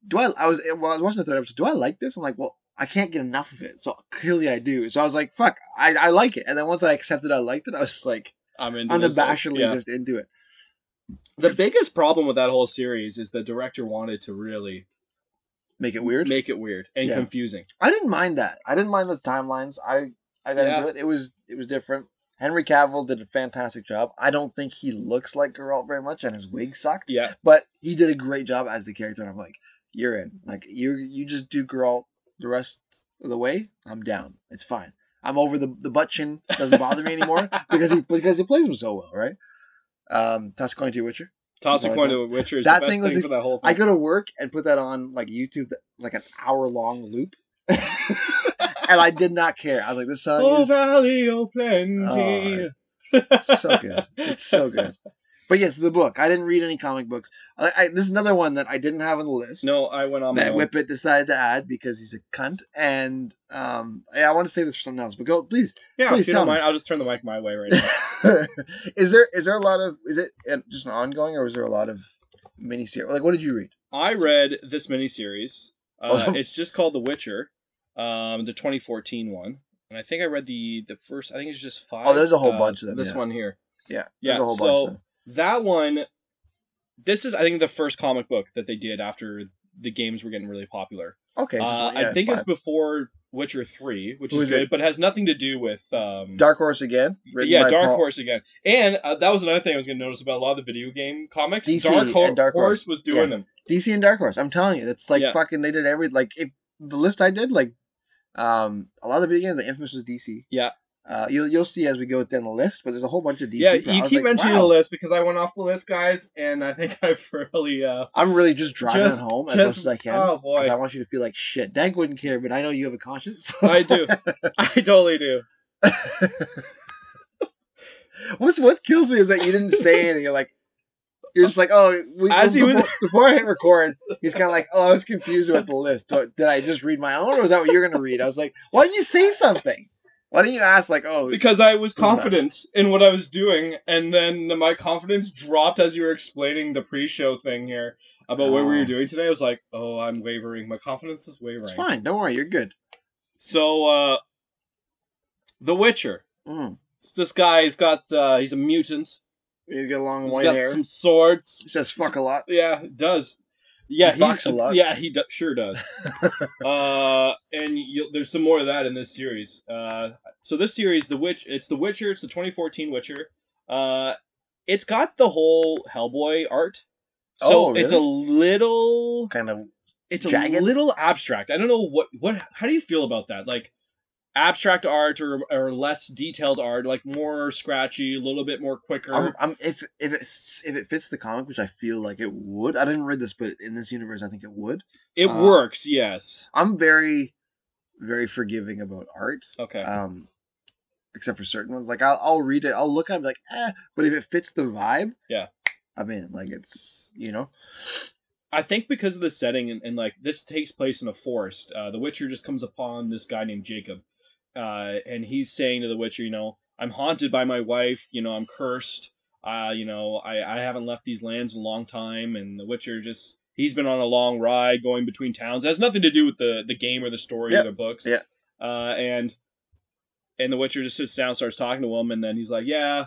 do I? I was well, I was watching the third episode. Do I like this? I'm like, well, I can't get enough of it. So clearly I do. So I was like, fuck, I I like it. And then once I accepted I liked it, I was just like
I'm into this.
unabashedly
Yeah.
just into it.
The biggest problem with that whole series is the director wanted to really
Make it weird.
make it weird and
Yeah.
confusing.
I didn't mind that. I didn't mind the timelines. I I got
Yeah.
into it. It was it was different. Henry Cavill did a fantastic job. I don't think he looks like Geralt very much, and his wig sucked.
Yeah,
But he did a great job as the character, and I'm like, you're in. Like you you just do Geralt the rest of the way. I'm down. It's fine. I'm over the the butt chin doesn't bother me anymore because he because he plays him so well, right? Um, that's going to Witcher.
Toss
No,
a
I
Coin
know.
to The Witcher is
That
the best
thing
thing,
was
for
ex-
that whole thing.
I go to work and put that on like YouTube, th- like an hour long loop, and I did not care. I was like, "This song
Oh,
is
Valley of
Oh,
Plenty.
so good. It's so good." But yes, the book. I didn't read any comic books. I, I, this is another one that I didn't have on the list.
No, I went on my
That
own.
Whippet decided to add because he's a cunt, and um, yeah, I want to say this for something else, but go please.
Yeah,
Please
if you
tell
don't
me.
mind, I'll just turn the mic my way right now.
is there is there a lot of is it uh, just an ongoing or is there a lot of miniseries? Like, what did you read?
I read this miniseries. Uh,
Oh.
It's just called The Witcher, um, the 2014 one. and I think I read the the first. I think it's just five. uh,
Oh, there's a whole bunch of them,
This
yeah.
one here.
Yeah,
Yeah,
there's a whole
so
bunch of them.
that one. This is I think the first comic book that they did after the games were getting really popular.
Okay, so,
Uh,
yeah,
I think it's
five.
before Witcher Three, which
Who is
is
it?
good, but has nothing to do with um,
Dark Horse again. written
yeah,
by
Dark
Paul-
Horse again. And uh, that was another thing I was going to notice about a lot of the video game comics.
DC
Dark, Ho-
and Dark
Horse.
Horse.
was doing
Yeah.
them.
DC and Dark Horse. I'm telling you, it's like
Yeah.
fucking. They did every like if the list I did like, um, a lot of the video games. The Infamous was DC.
Yeah.
Uh, you'll you'll see as we go down the list, but there's a whole bunch of DC.
yeah,
pro- I
you
was
keep
like,
mentioning
wow,
the list because I went off the list, guys, and I think I've really uh,
I'm really just driving
just
it home as
just
much as I can.
oh
'cause I
boy,
want you to feel like shit. Dank wouldn't care, but I know you have a conscience. So
I
it's
do, I totally do.
What's what kills me is that you didn't say anything. You're like, you're just like, oh, we,
As he
before,
was-
before I hit record, he's kind of like, oh, I was confused about the list. Do- Did I just read my own, or is that what you're gonna read? I was like, why didn't you say something? Why didn't you ask like, oh,
Because I was
Who's that?
confident in what I was doing, and then my confidence dropped as you were explaining the pre-show thing here about what we
Oh.
were doing today. I was like, oh, I'm wavering. My confidence is wavering.
it's fine, don't worry, you're good.
So, uh, The Witcher.
Mm.
This guy's got uh, he's a mutant.
You get long
He's
white
got
hair.
some swords.
He says fuck a lot.
Yeah, it does. Yeah,
He fucks a lot.
Yeah, he do- sure does. uh, and you, there's some more of that in this series. Uh, so this series, the witch, it's the Witcher. It's the 2014 Witcher. Uh, it's got the whole Hellboy art. So
Oh,
it's a little
Kind of.
it's a
Jagged?
little abstract. I don't know what what how do you feel about that? Like abstract art or or less detailed art, like more scratchy, a little bit more quicker.
I'm, I'm, if if it's if it fits the comic, which I feel like it would. I didn't read this, but in this universe, I think it would.
it
uh,
works, yes.
I'm very, very forgiving about art.
Okay.
um except for certain ones like i'll, I'll read it i'll look at it like eh, but if it fits the vibe
Yeah.
i mean like it's you know
I think because of the setting and, and like this takes place in a forest, uh, the Witcher just comes upon this guy named Jacob, uh, and he's saying to the Witcher, you know, I'm haunted by my wife, you know, I'm cursed, uh, you know, I, I haven't left these lands in a long time, and the Witcher just he's been on a long ride going between towns. It has nothing to do with the the game or the story
Yeah,
or the books.
yeah.
Uh, and and the Witcher just sits down, starts talking to him, and then he's like, yeah,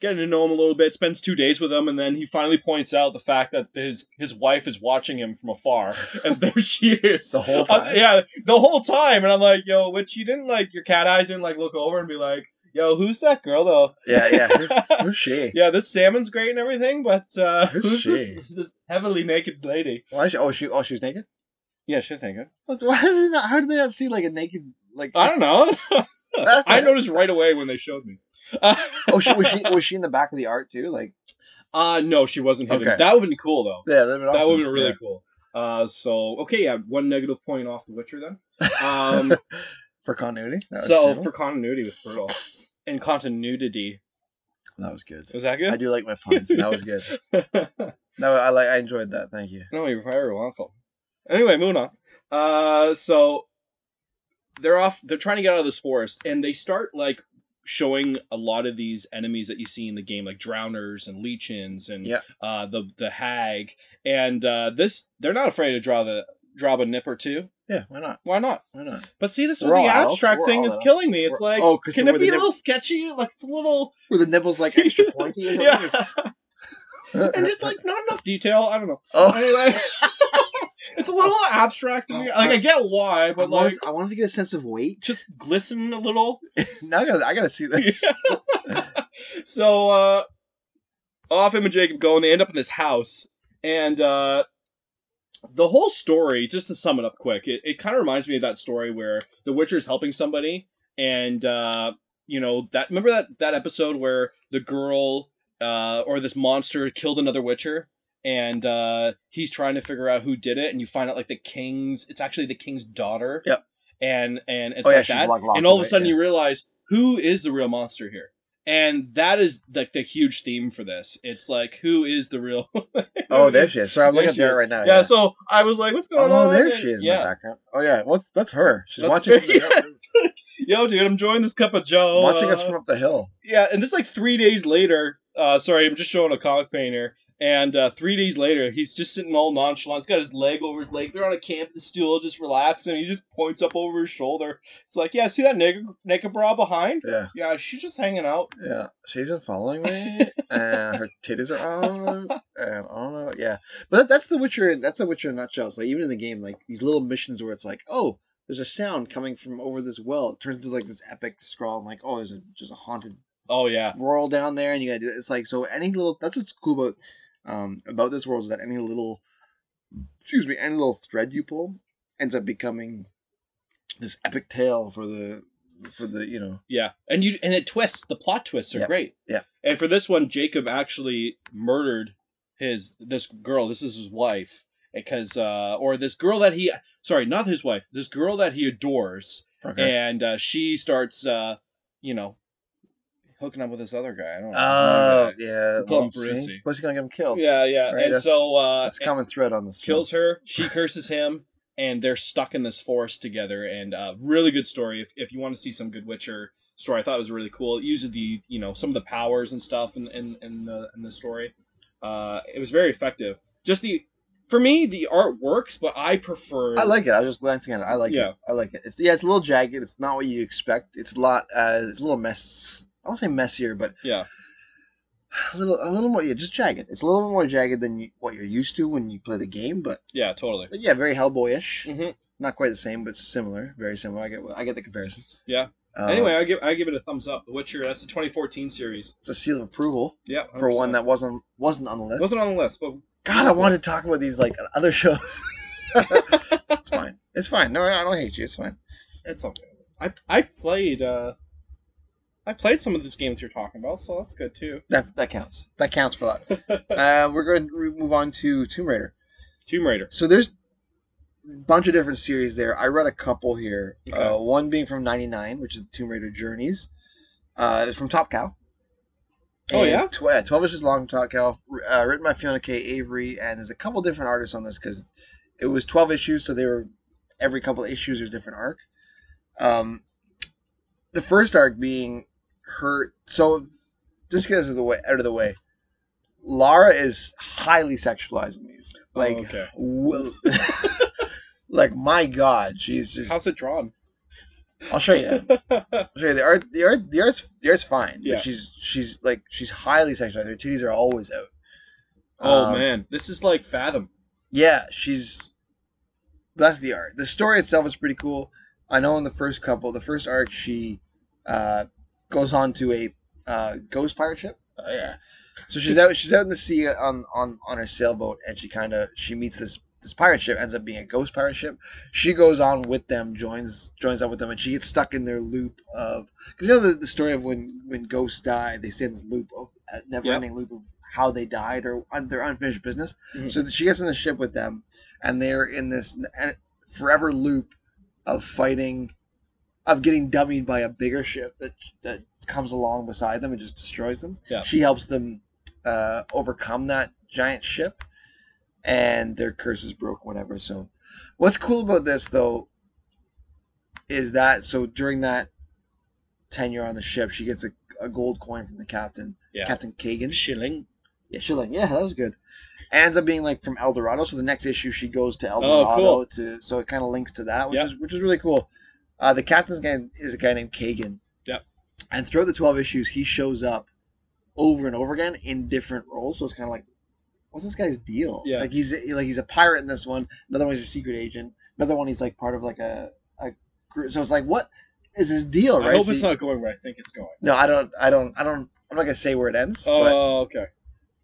getting to know him a little bit, spends two days with him, and then he finally points out the fact that his his wife is watching him from afar, and there she is.
The whole
Uh,
time?
yeah, the whole time. And I'm like, yo, which you didn't like your cat eyes didn't like look over and be like, yo, who's that girl though?
yeah yeah who's, who's she
Yeah, this salmon's great and everything, but uh,
Who's
who's
she?
this, this heavily naked lady?
why is she oh she oh she's naked
Yeah, she's naked.
What's- why did they not, how did they not see like a naked like
I don't know. I noticed right away when they showed me. Uh,
oh she was she was she in the back of the art too like
uh no, she wasn't hidden.
Okay.
That would have been cool though.
yeah that'd been awesome.
That would be really
Yeah.
cool. Uh, so okay, yeah, one negative point off The Witcher then. Um,
for continuity that was
so
brutal.
for continuity it was brutal, and continuity
that was good
was that
i
good?
do like my puns that was good no i like i enjoyed that thank you
no, you're very welcome. Anyway, moving on. Uh, so they're off. They're trying to get out of this forest, and they start like showing a lot of these enemies that you see in the game, like drowners and leechins and
Yeah.
uh, the the hag. And uh, this, they're not afraid to draw the drop a nip or two.
yeah why not
Why not?
why not
But see, this is
We're
where
all
the
adults.
abstract
We're
thing
all
is
adults.
killing me. It's
We're-
like,
oh, 'cause
can
where
it
the
be a
nib-
little sketchy? Like it's a little,
were the nipples like extra pointy or
yeah,
something?
and just like not enough detail. I don't know.
oh
Anyway, it's a little abstract to me. Like I get why,
I
but like
wanted, I wanted to get a sense of weight
just glisten a little.
Now I gotta, I gotta see this.
so uh, off him and Jacob go, and they end up in this house. And uh, the whole story, just to sum it up quick, it, it kind of reminds me of that story where the Witcher's helping somebody, and uh, you know that remember that that episode where the girl uh, or this monster killed another Witcher. And uh, he's trying to figure out who did it, and you find out like the king's. It's actually the king's daughter.
Yep.
And and it's
Oh, yeah,
like
she's
that.
like locked
and all of
away,
a sudden
yeah.
you realize who is the real monster here and that is like the huge theme for this. It's like who is the real?
Oh, there she is. Sorry, I'm
There
looking at
she
her
is.
right now.
yeah. So I was like, what's going on?
Oh, there
And-
she is in the
Yeah.
background. Oh yeah, what's that's her. She's
That's
watching from
me.
the hill-
Yo, dude, I'm enjoying this cup of Joe.
watching us
uh,
from up the hill.
yeah, and this like three days later. Uh, sorry, I'm just showing a comic painter. And uh, three days later, he's just sitting all nonchalant. He's got his leg over his leg. They're on a camping stool, just relaxing. He just points up over his shoulder. It's like, yeah, see that naked, naked bra behind?
Yeah,
Yeah, she's just hanging out.
yeah. She's been following me, and her titties are on, and I don't know. Yeah, but that, that's the Witcher. That's the Witcher in a nutshell. It's like even in the game, like these little missions where it's like, oh, there's a sound coming from over this well. It turns into like this epic scroll, and like, oh, there's a, just a haunted
Oh yeah,
world down there, and you gotta do. It's like so. Any little. That's what's cool about um about this world is that any little, excuse me, any little thread you pull ends up becoming this epic tale for the for the you know
yeah. And you and it twists. The plot twists are
Yeah,
great.
yeah.
And for this one, Jacob actually murdered his this girl. This is his wife because uh or this girl that he sorry not his wife this girl that he adores
okay.
and uh, she starts, uh, you know, hooking up with this other guy. I don't know.
Oh yeah,
Call him
well, see?
Brucey.
What's he gonna get him killed?
yeah, yeah.
Right,
and
that's-
so
Oh.
uh,
that's a common thread on this.
kills her. She curses him, and they're stuck in this forest together. And uh, really good story. If, if you want to see some good Witcher story, I thought it was really cool. It uses the you know some of the powers and stuff in in, in the in the story. Uh, it was very effective. Just the for me the art works, but I prefer.
Film. I like it. I was just glancing at it. I like
Yeah.
it. I like it. It's yeah, it's a little jagged. It's not what you expect. It's a lot. Uh, it's a little mess. I won't say messier, but
Yeah.
a little, a little more. Yeah, just jagged. It's a little more jagged than you, what you're used to when you play the game. But
Yeah, totally.
But yeah, very Hellboyish.
hmm
Not quite the same, but similar. Very similar. I get I get the comparison.
Yeah.
Uh,
anyway, I give I give it a thumbs up. The Witcher. That's the 2014 series.
it's a seal of approval
Yeah,
for one
100%.
that wasn't wasn't on the list.
wasn't on the list, but
God, I wanted to talk about these like other shows. it's fine. It's fine. No, I don't hate you. It's fine.
it's okay. I I played uh, I played some of these games you're talking about, so that's good too.
That that counts. That counts for that. uh, we're going to move on to Tomb Raider.
Tomb Raider.
So there's a bunch of different series there. I read a couple here. Uh,
Okay.
one being from '99, which is Tomb Raider Journeys. Uh, it's from Top Cow.
Oh,
And
yeah?
tw- yeah, twelve issues long. Top Cow, uh, written by Fiona K. Avery, and there's a couple different artists on this because it was twelve issues, so they were every couple of issues there's a different arc. Um, the first arc being her. So just get this out of the way. Out of the way. Lara is highly sexualized in these. Like,
oh, okay.
well, like my God, she's just.
How's it drawn?
I'll show you. I'll show you the art. The art. The art's. The art's fine.
Yeah.
But she's. She's like. She's highly sexualized. Her titties are always out.
oh
Um,
man, this is like Fathom.
Yeah, she's. That's the art. The story itself is pretty cool. I know in the first couple, the first arc, she uh, goes on to a uh, ghost pirate ship.
Oh yeah.
So she's out. She's out in the sea on on on her sailboat, and she kind of she meets this this pirate ship. Ends up being a ghost pirate ship. She goes on with them, joins joins up with them, and she gets stuck in their loop of because you know the, the story of when when ghosts die, they stay in this loop of a never ending loop of how they died or un, their unfinished business.
Mhm.
So she gets in the ship with them, and they're in this n- forever loop of fighting. Of getting dummied by a bigger ship that that comes along beside them and just destroys them.
Yeah.
She helps them uh, overcome that giant ship, and their curses broke, whatever. So, what's cool about this though is that so during that tenure on the ship, she gets a, a gold coin from the captain,
Yeah.
Captain Kagan.
Shilling.
Yeah, she's like, yeah, that was good. Ends up being like from El Dorado, so the next issue she goes to El
Oh,
Dorado
cool.
to, so it kind of links to that, which
Yeah.
is which is really cool. Uh, the captain's guy is a guy named Kagan.
Yep.
And throughout the twelve issues, he shows up over and over again in different roles, so it's kind of like, what's this guy's deal?
Yeah.
Like he's like he's a pirate in this one. Another one he's a secret agent. Another one he's like part of like a a group. So it's like, what is his deal? Right.
I hope
So
it's
you-
not going where I think it's going.
no, I don't. I don't. I don't. I'm not gonna say where it ends.
Oh,
but
okay.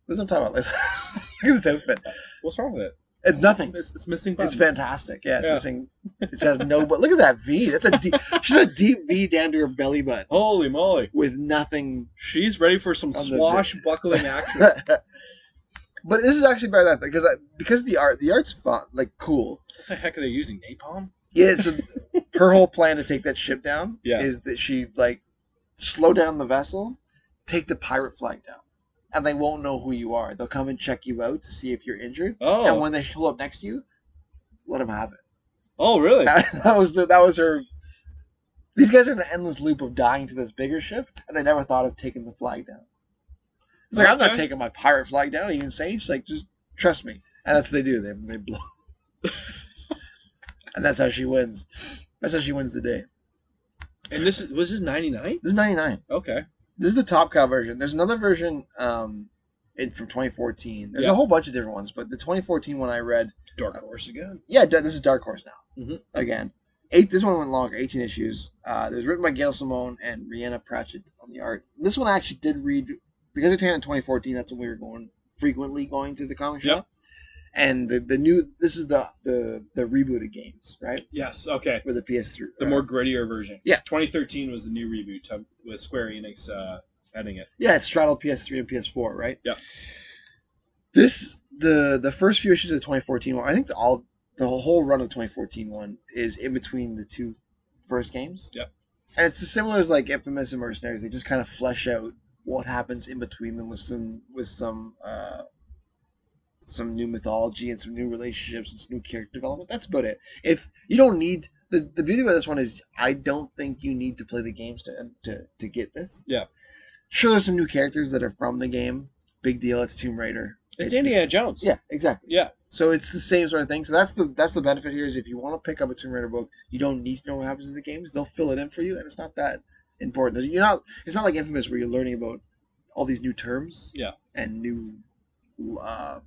that's what I'm talking about. Like, look at this outfit.
What's wrong with it?
It's nothing.
It's, it's missing.
It's
Buttons.
fantastic. Yeah, it's
Yeah.
missing. It has no. But look at that V. That's a deep. She's a deep V down to her belly button
Holy moly,
with nothing.
she's ready for some
On the-
swashbuckling action.
but this is actually better than I thought because I, because the art the art's fun like cool.
what the heck are they using? Napalm?
Yeah. So her whole plan to take that ship down
Yeah.
is that she like slow down the vessel, take the pirate flag down, and they won't know who you are. They'll come and check you out to see if you're injured,
Oh.
and when they pull up next to you, let them have it.
oh really?
that, that was the, that was her. These guys are in an endless loop of dying to this bigger ship, and they never thought of taking the flag down. It's like I'm not
Okay.
taking my pirate flag down. Are you insane? She's like, just trust me. And that's what they do. They they blow. and that's how she wins. That's how she wins the day.
And this is was this ninety nine?
This is 99.
Okay.
This is the Top Cow version. There's another version um, in, from 2014. There's
Yeah.
a whole bunch of different ones, but the 2014 one I read,
Dark Horse again.
yeah, d- this is Dark Horse now.
Mhm.
Again, eight. This one went longer, 18 issues. Uh, it was written by Gail Simone and Rihanna Pratchett on the art. This one I actually did read because it came out in 2014. That's when we were going frequently going to the comic
Yep.
shop. And the, the new this is the, the the rebooted games right
Yes. Okay.
for the PS3.
The
uh,
more grittier version.
Yeah.
Twenty thirteen was the new reboot um, with Square Enix uh, heading it.
Yeah, it straddled PS3 and PS4, right?
Yeah.
This the the first few issues of the 2014 one. I think the, all the whole run of the 2014 one is in between the two first games.
Yep.
And it's as similar as like Infamous and Mercenaries. They just kind of flesh out what happens in between them with some with some uh, some new mythology and some new relationships and some new character development. That's about it. If you don't need the, the beauty about this one is I don't think you need to play the games to to, to get this sure there's some new characters that are from the game. Big deal. It's Tomb Raider.
It's, Indiana
the-
Jones.
Yeah, exactly.
Yeah.
So it's the same sort of thing. So that's the that's the benefit here is if you want to pick up a Tomb Raider book, you don't need to know what happens in the games. They'll fill it in for you, and it's not that important. You're not. It's not like Infamous where you're learning about all these new terms.
Yeah.
And new uh,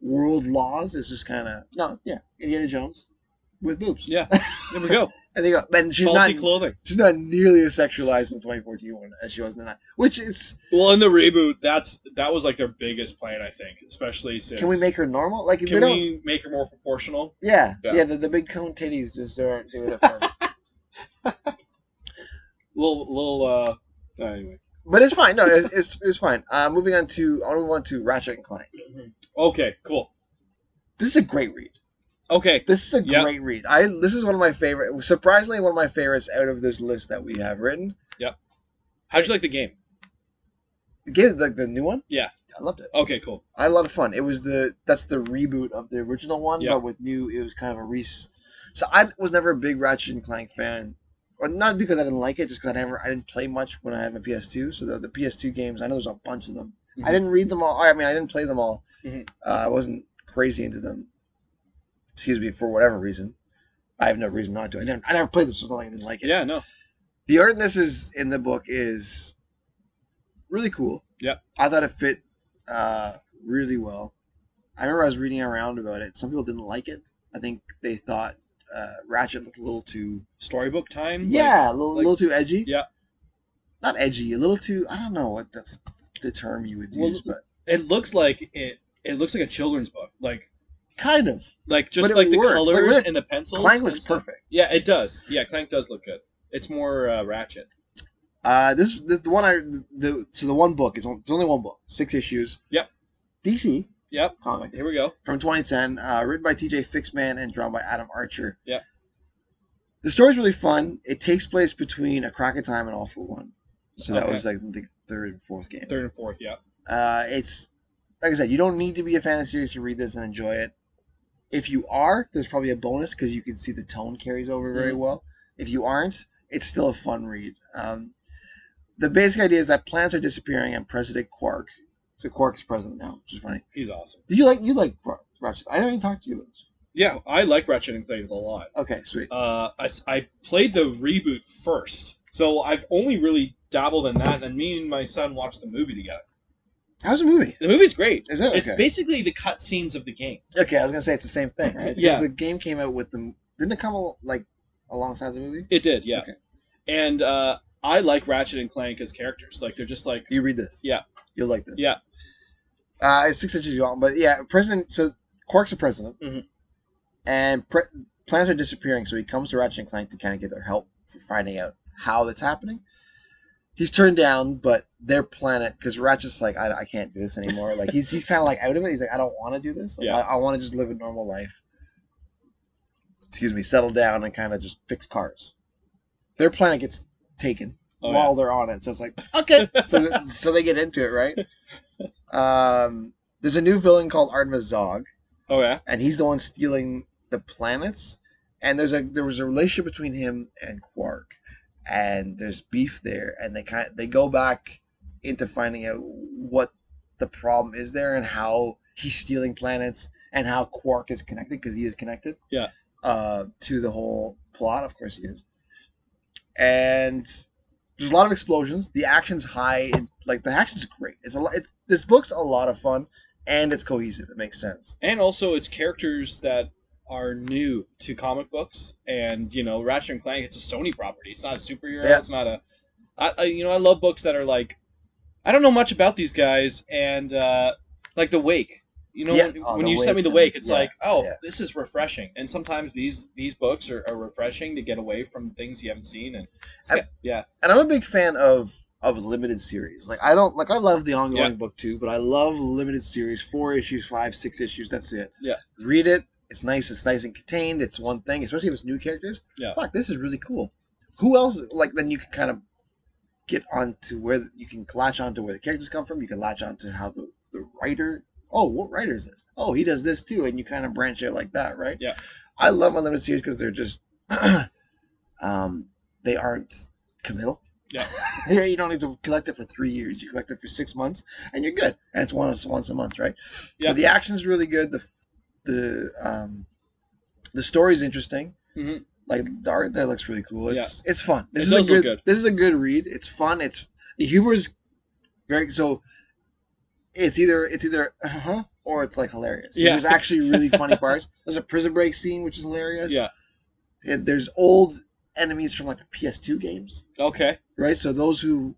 world laws. It's just kind of no. Yeah. Indiana Jones with boobs.
Yeah. There we go.
And they go. And she's
Faulty
not.
clothing.
She's not nearly as sexualized in the 2014 one as she was in the 9, which is
Well, in the reboot, that's that was like their biggest plan, I think, especially since.
Can we make her normal? Like they
Can
don't.
we make her more proportional?
Yeah, yeah.
Yeah.
the, the big cone titties just aren't doing it for me.
Little little. Uh, anyway.
but it's fine. No, it's it's, it's fine. Uh, moving on to I want to move on to Ratchet and Clank.
Okay. Cool.
This is a great read.
Okay.
This is a
Yep.
great read. I this is one of my favorite. Surprisingly, one of my favorites out of this list that we have written.
How'd you like the game?
The game, like the new one.
Yeah.
I loved it.
Okay. Cool.
I had a lot of fun. It was the that's the reboot of the original one,
Yeah.
but with new, it was kind of a re. So I was never a big Ratchet and Clank fan, Well, not because I didn't like it, just because I never I didn't play much when I had my PS2. So the, the PS2 games, I know there's a bunch of them.
Mhm.
I didn't read them all. I mean, I didn't play them all.
Mhm.
Uh, I wasn't crazy into them. Excuse me for whatever reason. I have no reason not to. I never I never played them, so it's not like I didn't like it.
Yeah. No.
The art in this is in the book is really cool.
Yep.
I thought it fit uh, really well. I remember I was reading around about it. Some people didn't like it. I think they thought uh, Ratchet looked a little too
Storybook time. like-
yeah, a little,
like-
little too edgy.
Yeah.
Not edgy, a little too I don't know what the the term you would
Well,
use, but
it looks like it. It looks like a children's book. Like
kind of.
like
But
just
it
like the
works. Like,
colors
look,
and the pencils.
Clang
and
looks
stuff.
perfect.
Yeah, it does. Yeah, Clank does look good. It's more uh, Ratchet.
Uh, this the, the one I the so the one book is on- it's only one book, six issues.
Yep.
DC
Yep.
comic.
Here we go.
from 2010, uh, written by TJ Fixman and drawn by Adam Archer.
Yeah.
The story's really fun. It takes place between A Crack of Time and All for One. So that
Okay.
was like the third and fourth game.
Third and fourth. Yeah.
Uh, it's like I said, you don't need to be a fan of the series to read this and enjoy it. If you are, there's probably a bonus because you can see the tone carries over very
Mhm.
well. If you aren't, it's still a fun read. Um, the basic idea is that plants are disappearing and President Quark. So Quark's president now, which is funny.
He's awesome.
Did you like you like Ra- Ratchet? I haven't even talked to you about this.
Yeah, I like Ratchet and Clank a lot.
Okay, sweet.
Uh, I, s- I played the reboot first, so I've only really dabbled in that. And me and my son watched the movie together.
How's the movie?
The movie's great.
Is it okay?
It's basically the cutscenes of the game.
okay, I was gonna say it's the same thing, right? 'Cause
Yeah.
The game came out with the didn't it come al- like alongside the movie?
It did, yeah.
Okay.
And uh, I like Ratchet and Clank as characters. Like they're just like
You read this.
Yeah.
You'll like this.
Yeah.
Uh, it's six inches long, but yeah, president. So Quark's a president,
Mhm.
and pre- plans are disappearing. So he comes to Ratchet and Clank to kind of get their help for finding out how that's happening. He's turned down, but their planet, because Ratchet's like, I, I can't do this anymore. Like he's he's kind of like out of it. He's like, I don't want to do this. Like,
Yeah.
I, I want to just live a normal life. Excuse me, settle down and kind of just fix cars. Their planet gets taken
oh, yeah.
while they're on it. So it's like, okay. so, th- so they get into it, right? Um, there's a new villain called Artemis Zog,
Oh yeah.
and he's the one stealing the planets. And there's a there was a relationship between him and Quark, and there's beef there, and they kind of, they go back into finding out what the problem is there and how he's stealing planets and how Quark is connected because he is connected.
Yeah.
Uh, to the whole plot, of course he is. And there's a lot of explosions. The action's high. It, like the action's great. It's a lot. It, this book's a lot of fun and it's cohesive. It makes sense.
and also it's characters that are new to comic books and you know ratchet and clank it's a sony property it's not a superhero
Yeah.
it's not a I, I you know i love books that are like i don't know much about these guys and uh like the wake you know
Yeah.
when,
Oh,
when
The
you sent me
Wake's
the wake
amazing.
it's
Yeah.
like oh
Yeah.
this is refreshing and sometimes these these books are, are refreshing to get away from things you haven't seen and
I-
yeah
And I'm a big fan of of limited series. Like I don't like I love the ongoing book too, but I love limited series. Four issues, five, six issues. That's it.
Yeah.
Read it. It's nice. It's nice and contained. It's one thing, especially if it's new characters.
Yeah.
Fuck, this is really cool. Who else? Like then you can kind of get onto where the, you can latch onto where the characters come from. You can latch onto how the the writer. Oh, what writer is this? Oh, he does this too, and you kind of branch out like that, right?
Yeah.
I love my limited series because they're just, um, they aren't committal.
Yeah.
Here you don't need to collect it for three years. You collect it for six months, and you're good. And it's once once a month, right?
Yeah.
But the action's really good. The f- the um, the story's interesting.
Mhm.
Like the art there looks really cool. It's it's fun. This
It
is
does
a
look
good,
good.
This is a good read. It's fun. It's the humor's very so. It's either it's either uh huh or it's like hilarious.
Yeah.
There's actually really funny parts. There's a prison break scene which is hilarious.
Yeah.
It- there's old enemies from like the PS2 games
okay
right? So those who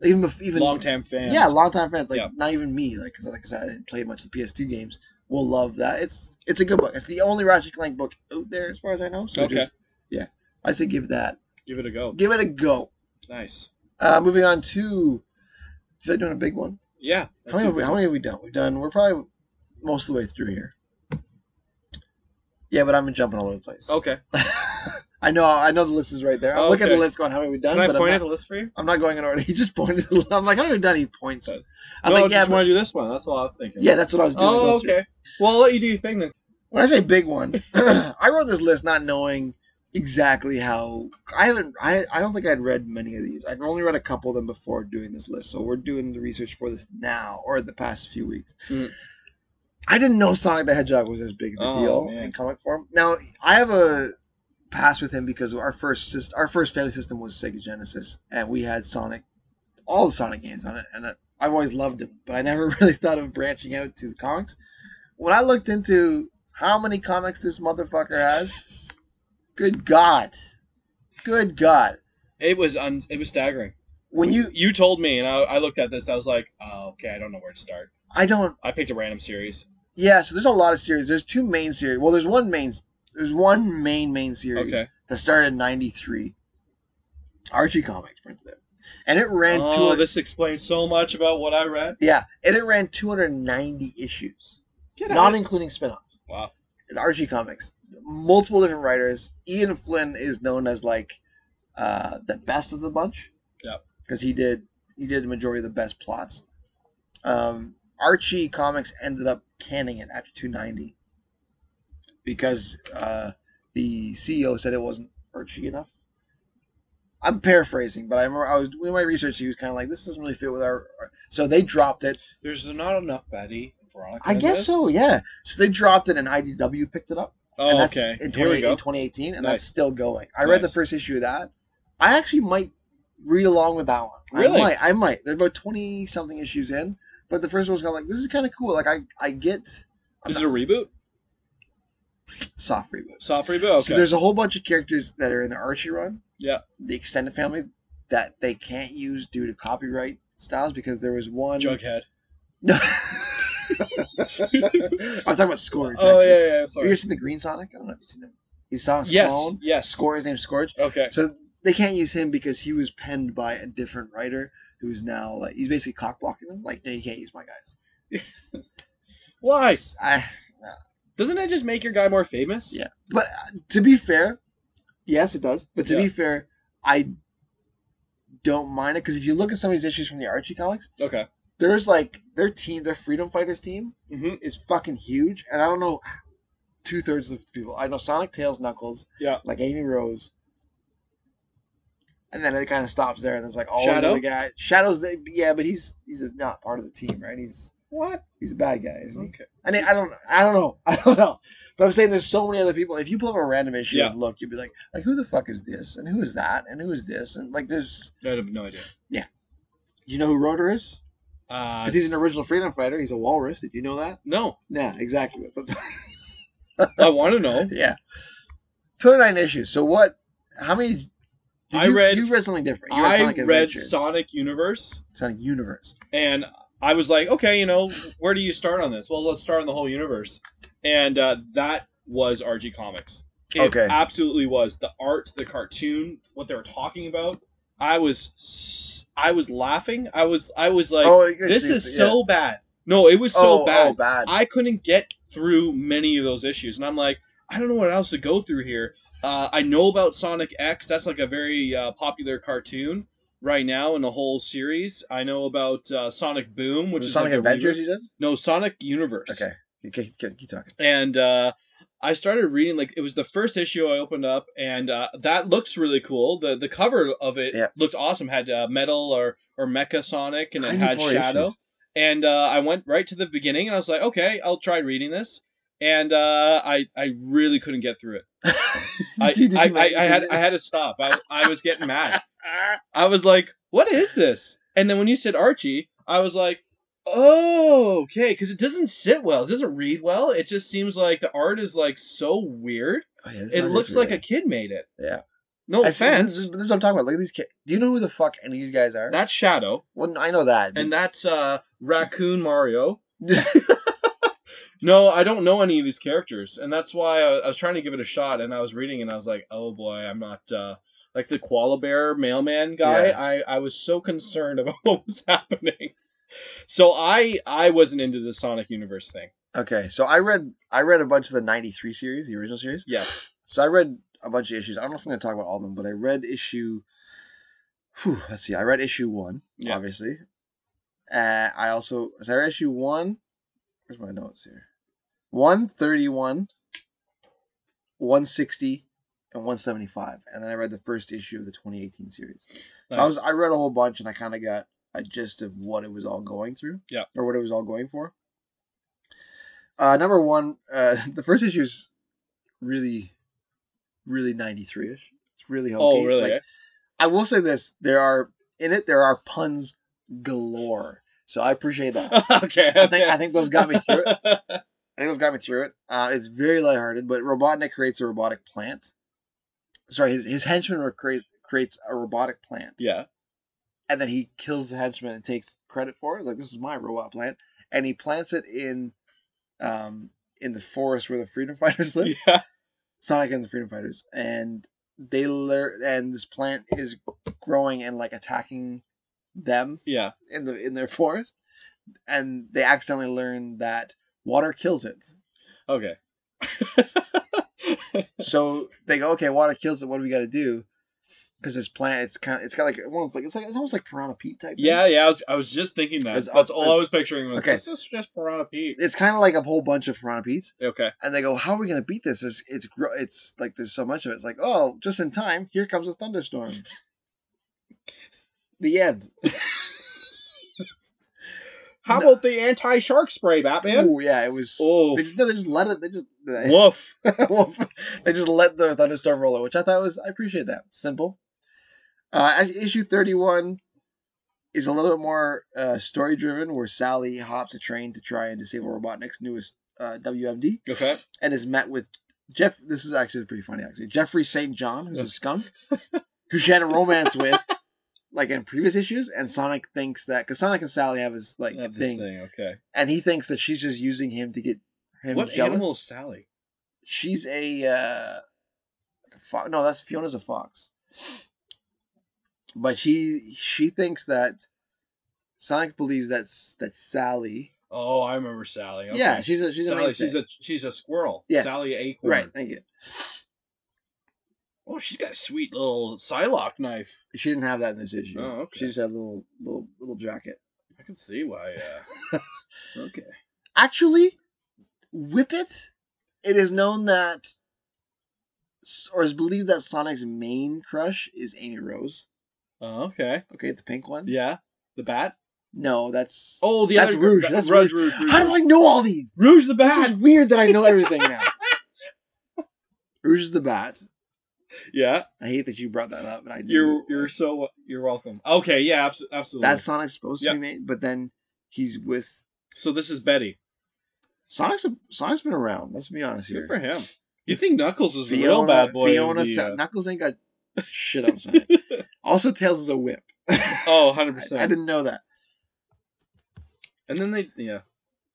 even bef- even
long time fan
yeah, long time fans like
Yeah.
not even me like 'cause like I said I didn't play much of the PS2 games will love that. It's it's a good book. It's the only Ratchet and Clank book out there as far as I know. So
Okay.
just yeah, I say give that
give it a go
give it a go.
nice
Uh, moving on to should I doing a big one?
yeah
How many, have we, how many have we done? We've done we're probably most of the way through here. Yeah, but I'm jumping all over the place.
okay
I know I know the list is right there. I'm looking at the
Okay.
list going how many we done?
can i
but I'm
point
not-
at the list for you
I'm not going in order. He just pointed. I'm like, I haven't done any points.
But-
I'm
no,
like,
I
yeah,
just want
but,
to do this one. That's all I was thinking.
yeah, that's what I was doing.
Oh,
Those three.
okay. Well, I'll let you do your thing then.
When I say big one, I wrote this list not knowing exactly how. I haven't. I I don't think I'd read many of these. I've only read a couple of them before doing this list. So we're doing the research for this now, or the past few weeks.
Mm.
I didn't know Sonic the Hedgehog was as big of a
Oh,
deal
man.
in comic form. Now I have a pass with him because our first syst- our first family system was Sega Genesis, and we had Sonic, all the Sonic games on it, and I- I've always loved him, but I never really thought of branching out to the comics. When I looked into how many comics this motherfucker has, good God, good God,
It was un- it was staggering.
when you
You told me, and I, I looked at this. I was like, oh, okay, I don't know where to start.
I don't
I picked a random series.
Yeah, so there's a lot of series. There's two main series. Well, there's one main. There's one main main series
Okay.
that started in '93. Archie Comics printed it, and it ran two.
oh, this explains so much about what I read.
yeah, and it ran 290 issues,
Get
not e-
out.
including spin-offs.
wow.
And Archie Comics, multiple different writers. Ian Flynn is known as like uh, the best of the bunch.
Yep.
Because he did he did the majority of the best plots. Um, Archie Comics ended up canning it after 290 because uh, the CEO said it wasn't Archie enough. I'm paraphrasing, but I remember I was doing my research. He was kind of like, "This doesn't really fit with our." our-" So they dropped it.
There's not enough Betty and Veronica.
I
in
guess
this.
so, yeah. So they dropped it, and IDW picked it up and
Oh,
that's
okay.
in, 20,
Here we
in
go.
2018, and
Nice.
that's still going. I read the
Nice.
first issue of that. I actually might read along with that one. I
Really?
might. I might. There's about 20 something issues in, but the first one's kind of like, this is kind of cool. Like, I, I get I'm
Is it a reboot?
soft reboot.
Soft reboot. Okay.
So there's a whole bunch of characters that are in the Archie run.
Yeah.
The extended family that they can't use due to copyright styles because there was one.
Jughead.
No. I'm talking about Scourge.
Oh
actually.
yeah, yeah. yeah,
Have you ever
Sorry.
seen the Green Sonic? I don't know if you've seen him. He's Sonic's
Yes.
clone.
Yes.
Scourge. His name's Scourge.
Okay.
So they can't use him because he was penned by a different writer who's now like he's basically cock blocking them. Like, no, you can't use my guys.
Why?
I,
Doesn't it just make your guy more famous?
Yeah. but uh, to be fair, yes, it does. But to be
Yeah.
fair, I don't mind it because if you look at some of these issues from the Archie comics,
Okay.
there's like their team, their Freedom Fighters team
Mm-hmm.
is fucking huge, and I don't know two thirds of the people. I know Sonic, Tails, Knuckles,
Yeah.
like Amy Rose. and then it kind of stops there, and it's like all
Shadow?
the guy Shadows. They, yeah, but he's he's not part of the team, right? He's
What?
he's a bad guy, isn't he?
Okay.
I mean, I don't, I don't know, I don't know. But I'm saying there's so many other people. If you pull up a random issue
Yeah.
and look, you'd be like, like who the fuck is this, and who is that, and who is this, and like there's,
I have no idea.
you know who Rotor is?
Uh,
Because he's an original freedom fighter. He's a walrus. Did you know that?
no,
Yeah, exactly. That's what I'm
I want to know.
yeah. 29 issues. So what? How many? did
I
you,
read-
You read something different. You read
I
Sonic
read
Adventures.
Sonic Universe,
Sonic Universe.
and I was like, okay, you know, where do you start on this? Well, let's start on the whole universe, and uh, that was RG Comics. It
Okay.
absolutely was the art, the cartoon, what they were talking about. I was, s- I was laughing. I was, I was like,
oh, you can
this
see-
is
yeah.
so bad. No, it was so
oh,
bad.
Oh, bad.
I couldn't get through many of those issues, and I'm like, I don't know what else to go through here. Uh, I know about Sonic X. That's like a very uh, popular cartoon right now in the whole series. I know about uh, Sonic Boom, which
Was it
is
Sonic
like a
Adventures
reboot-
you did?
No, Sonic Universe.
Okay. Keep, keep- keep- keep talking.
And uh, I started reading like it was the first issue I opened up, and uh, that looks really cool. the The cover of it
Yeah.
looked awesome. Had uh, metal or or mecha Sonic, and it had
94
Shadow
issues.
and uh, I went right to the beginning, and I was like, okay, I'll try reading this, and uh, I I really couldn't get through it. I,
Did you- did
I,
you like-
I, I had
did
I
you-
had to stop. I I was getting mad. I was like, what is this? And then when you said Archie, I was like, oh, okay, because it doesn't sit well. It doesn't read well. It just seems like the art is like so weird.
Oh, yeah, this
it
Sonic
looks
is
like a
weird.
kid made it.
Yeah.
No
I see- This,
offense.
is- this is what I'm talking about. Look at these kids. Do you know who the fuck any of these guys are?
That's Shadow,
well, I know that.
and that's uh, Raccoon Mario.
but-
No, I don't know any of these characters, and that's why I, I was trying to give it a shot. And I was reading, and I was like, "Oh boy, I'm not uh, like the koala bear mailman guy."
Yeah.
I, I was so concerned about what was happening, so I I wasn't into the Sonic Universe thing.
okay, so I read I read a bunch of the '93 series, the original series.
Yeah,
So I read a bunch of issues. I don't know if I'm going to talk about all of them, but I read issue. Whew, let's see. I read issue one,
Yeah.
obviously. Uh, I also so I read issue one. Where's my notes here? One thirty-one, one sixty, and one seventy-five, and then I read the first issue of the twenty eighteen series. So I
Nice.
was I read a whole bunch, and I kind of got a gist of what it was all going through.
Yeah.
Or what it was all going for. Uh, number one, uh, the first issue is really, really ninety three ish. It's really hokey.
oh really?
Like,
eh?
I will say this: there are in it there are puns galore. So I appreciate that.
okay,
I think I think those got me through it.
it.
I think those got me through it. Uh, it's very lighthearted, but Robotnik creates a robotic plant. Sorry, his, his henchman re- create, creates a robotic plant
yeah,
and then he kills the henchman and takes credit for it. Like this is my robot plant, and he plants it in, um, in the forest where the freedom fighters live.
yeah,
Sonic and the freedom fighters, and they learn. And this plant is growing and like attacking them
yeah.
in the in their forest, and they accidentally learn that water kills it.
Okay.
so they go, okay, water kills it. What do we got to do? Because this plant, it's kind of, it's got like, almost like, it's like, it's almost like Piranha Pete type. thing.
Yeah, yeah. I was, I was just thinking that.
It's-
that's all I
it's-
was picturing. Was,
okay.
This is just Piranha Pete.
It's kind of like a whole bunch of Piranha Pete's.
Okay.
and they go, "How are we gonna beat this? It's it's gro- it's like there's so much of it. It's like, oh, just in time. Here comes a thunderstorm. the end.
How
No.
about the anti-shark spray, Batman?
Ooh, yeah, it was.
Oh.
They, just- no, they just let it. They just
Woof.
they just let the thunderstorm roll, which I thought was I appreciate that simple. Uh, act- issue thirty one is a little bit more uh, story driven, where Sally hops a train to try and disable Robotnik's newest uh, WMD.
Okay.
and is met with Jeff. This is actually pretty funny, actually. Jeffrey St. John, who's a skunk, who she had a romance with, like in previous issues, and Sonic thinks that because Sonic and Sally have this like
Not this
thing,
thing, Okay.
and he thinks that she's just using him to get him
what
jealous.
animal is Sally?
She's a uh, fox. No, that's Fiona's a fox, but she she thinks that. Sonic believes that that Sally,
Oh, I remember Sally. Okay.
yeah, she's a she's a
Sally.
mainstay.
She's a she's a squirrel.
Yes.
Sally Acorn.
right. Thank you.
Oh, she's got a sweet little Psylocke knife.
She didn't have that in this issue.
Oh, okay.
She just had a little little little jacket.
I can see why. Uh... okay.
Actually, Whippet, it is known that or is believed that Sonic's main crush is Amy Rose.
Oh, okay.
Okay, the pink one.
Yeah. The bat.
No, that's.
Oh, the
That's
other
Rouge,
Ba-
that's
Rouge. Rouge. Rouge.
How do I know all these?
Rouge the
This
bat.
is weird that I know everything now. Rouge is the bat.
Yeah.
I hate that you brought that up, and I
You're
knew-
you're so you're welcome. Okay. Yeah. Abso- absolutely.
that Sonic's supposed
Yeah.
to be made, but then he's with
so. This is Betty.
Sonic's. Sonic's been around. Let's be honest
Good
here.
for him. You think Knuckles is the
Fiona,
real bad boy? of
Fiona,
the,
Sa-
uh,
Knuckles ain't got shit on Sonic. also, Tails is a whip.
oh, 100
I, I
percent.
didn't know that.
And then they yeah.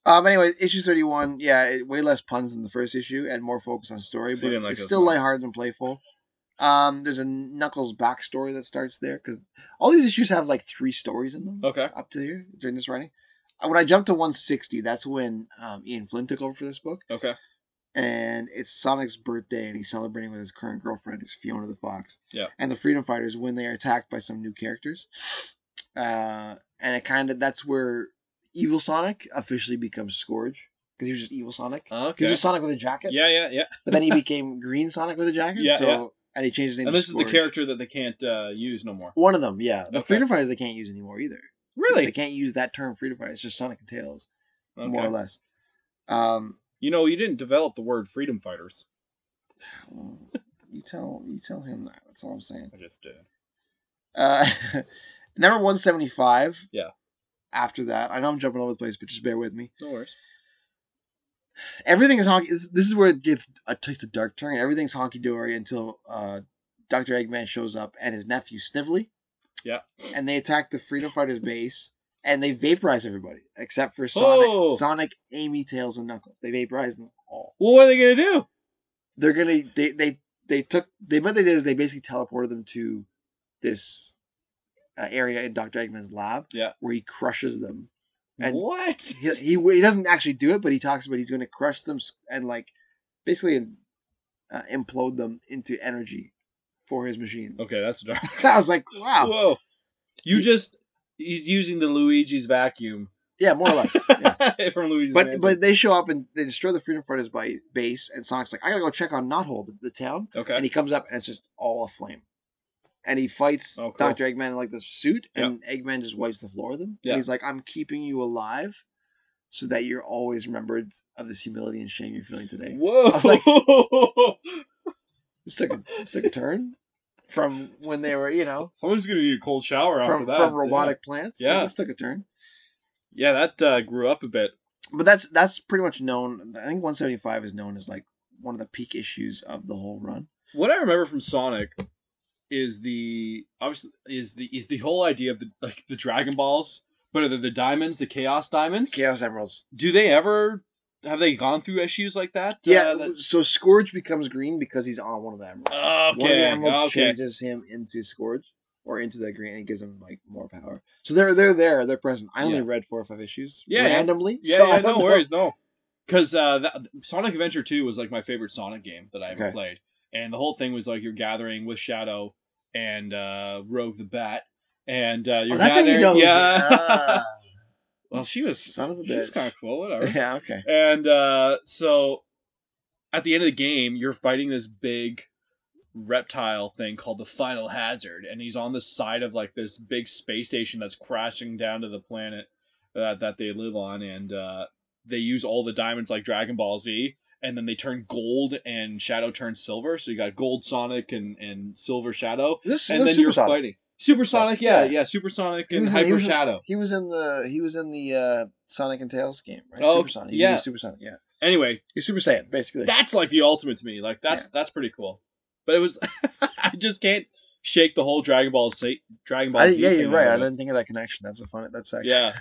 Um. Anyway, issue thirty-one. Yeah, it, way less puns than the first issue, and more focus on story,
So you
but
didn't like
it's
those
still
ones.
lighthearted and playful. Um. There's a Knuckles backstory that starts there because all these issues have like three stories in them
Okay.
up to here during this writing. Uh, When I jumped to 160, that's when um, Ian Flynn took over for this book,
Okay.
and it's Sonic's birthday, and he's celebrating with his current girlfriend, who's Fiona the Fox.
Yeah.
And the Freedom Fighters when they are attacked by some new characters, uh, and it kind of that's where Evil Sonic officially becomes Scourge because he was just Evil Sonic. He was
Okay.
just Sonic with a jacket,
Yeah. Yeah. Yeah.
but then he became Green Sonic with a jacket.
Yeah,
so
yeah.
and he changed his name.
And
to
this is the
Scourge.
character that they can't uh, use no more.
One of them, yeah. The
Okay.
Freedom Fighters they can't use anymore either. They
Really?
can't use that term Freedom Fighter. It's just Sonic and Tails, more or
Okay.
less. Um,
You know, you didn't develop the word freedom fighters.
you tell you tell him that. That's all I'm saying.
I just did.
Uh, number one seventy five.
Yeah.
After that, I know I'm jumping all over the place, but just bear with me.
No worries.
Everything is honky. This this is where it gets it takes a dark turn. Everything's honky dory until uh, Doctor Eggman shows up and his nephew Snively.
Yeah.
And they attack the Freedom Fighters base and they vaporize everybody except for Sonic,
Oh!
Sonic, Amy, Tails, and Knuckles. They vaporize them all.
Well, what are they gonna do?
they're gonna they they they took they what they did is they basically teleported them to this uh, area in Doctor Eggman's lab,
Yeah.
where he crushes them. And-
what?
He, he he doesn't actually do it, but he talks about he's gonna crush them s- and like basically uh, implode them into energy for his machine.
Okay, that's dark.
I was like, wow,
Whoa! You
He-
just he's using the Luigi's vacuum
yeah, more or less. Yeah.
from Luigi's.
But
Mansion.
but they show up and they destroy the Freedom Fighters by base, and Sonic's like, I gotta go check on Knothole, the, the town.
okay,
and he comes up and it's just all aflame. And he fights
Oh, cool.
Dr. Eggman in like this suit, and Eggman just wipes the floor with him.
Yeah.
And he's like, I'm keeping you alive so that you're always remembered of this humility and shame you're feeling today.
whoa!
I was This took a, this took a turn from when they were, you know,
Someone's gonna need a cold shower after
from,
that.
from robotic plants. Like,
Yeah.
this took a turn.
Yeah, Yeah, that uh, grew up a bit.
But that's that's pretty much known. I think 175 is known as like one of the peak issues of the whole run.
What I remember from Sonic is the obviously is the is the whole idea of the like the Dragon Balls, but are they the diamonds, the Chaos Diamonds?
Chaos Emeralds.
Do they ever have they gone through issues like that?
Yeah,
Uh, that-
so Scourge becomes green because he's on one of the emeralds. One of the
Okay.
emeralds
okay.
changes him into Scourge or into the green and gives him like more power. So they're they're there, they're present. I only
Yeah.
read four or five issues
Yeah, yeah.
randomly.
Yeah,
so
yeah,
I
no
don't know.
worries, no. Because uh, that- Sonic Adventure 2 was like my favorite Sonic game that I ever
Okay.
played, and the whole thing was like you're gathering with Shadow and uh, Rogue the Bat, and uh, you're
Oh, that's how
gathering.
you know.
yeah.
Ah.
well, she was
son of a
she was
bitch.
kind of cool, whatever.
Yeah, okay.
and uh, so, at the end of the game, you're fighting this big reptile thing called the Final Hazard, and he's on the side of like this big space station that's crashing down to the planet that that they live on, and uh, they use all the diamonds like Dragon Ball Z, and then they turn gold and Shadow turns silver, so you got Gold Sonic and and Silver Shadow,
This
and
this
then
Super
you're
Sonic.
fighting. Supersonic, yeah,
Yeah.
yeah, Supersonic
He
and
was in- he
Hyper
was in-
Shadow.
He was in the he was in the uh, Sonic and Tails game, right?
Oh,
Super Sonic. He
yeah.
yeah, Super Sonic. Yeah,
Anyway,
he's Super Saiyan basically.
that's like the ultimate to me. Like that's that's pretty cool. But it was I just can't shake the whole Dragon Ball Z Dragon Ball
I,
Z.
yeah, you're
thing
right.
out
I
of it.
didn't think of that connection. That's a fun. That's actually.
Yeah.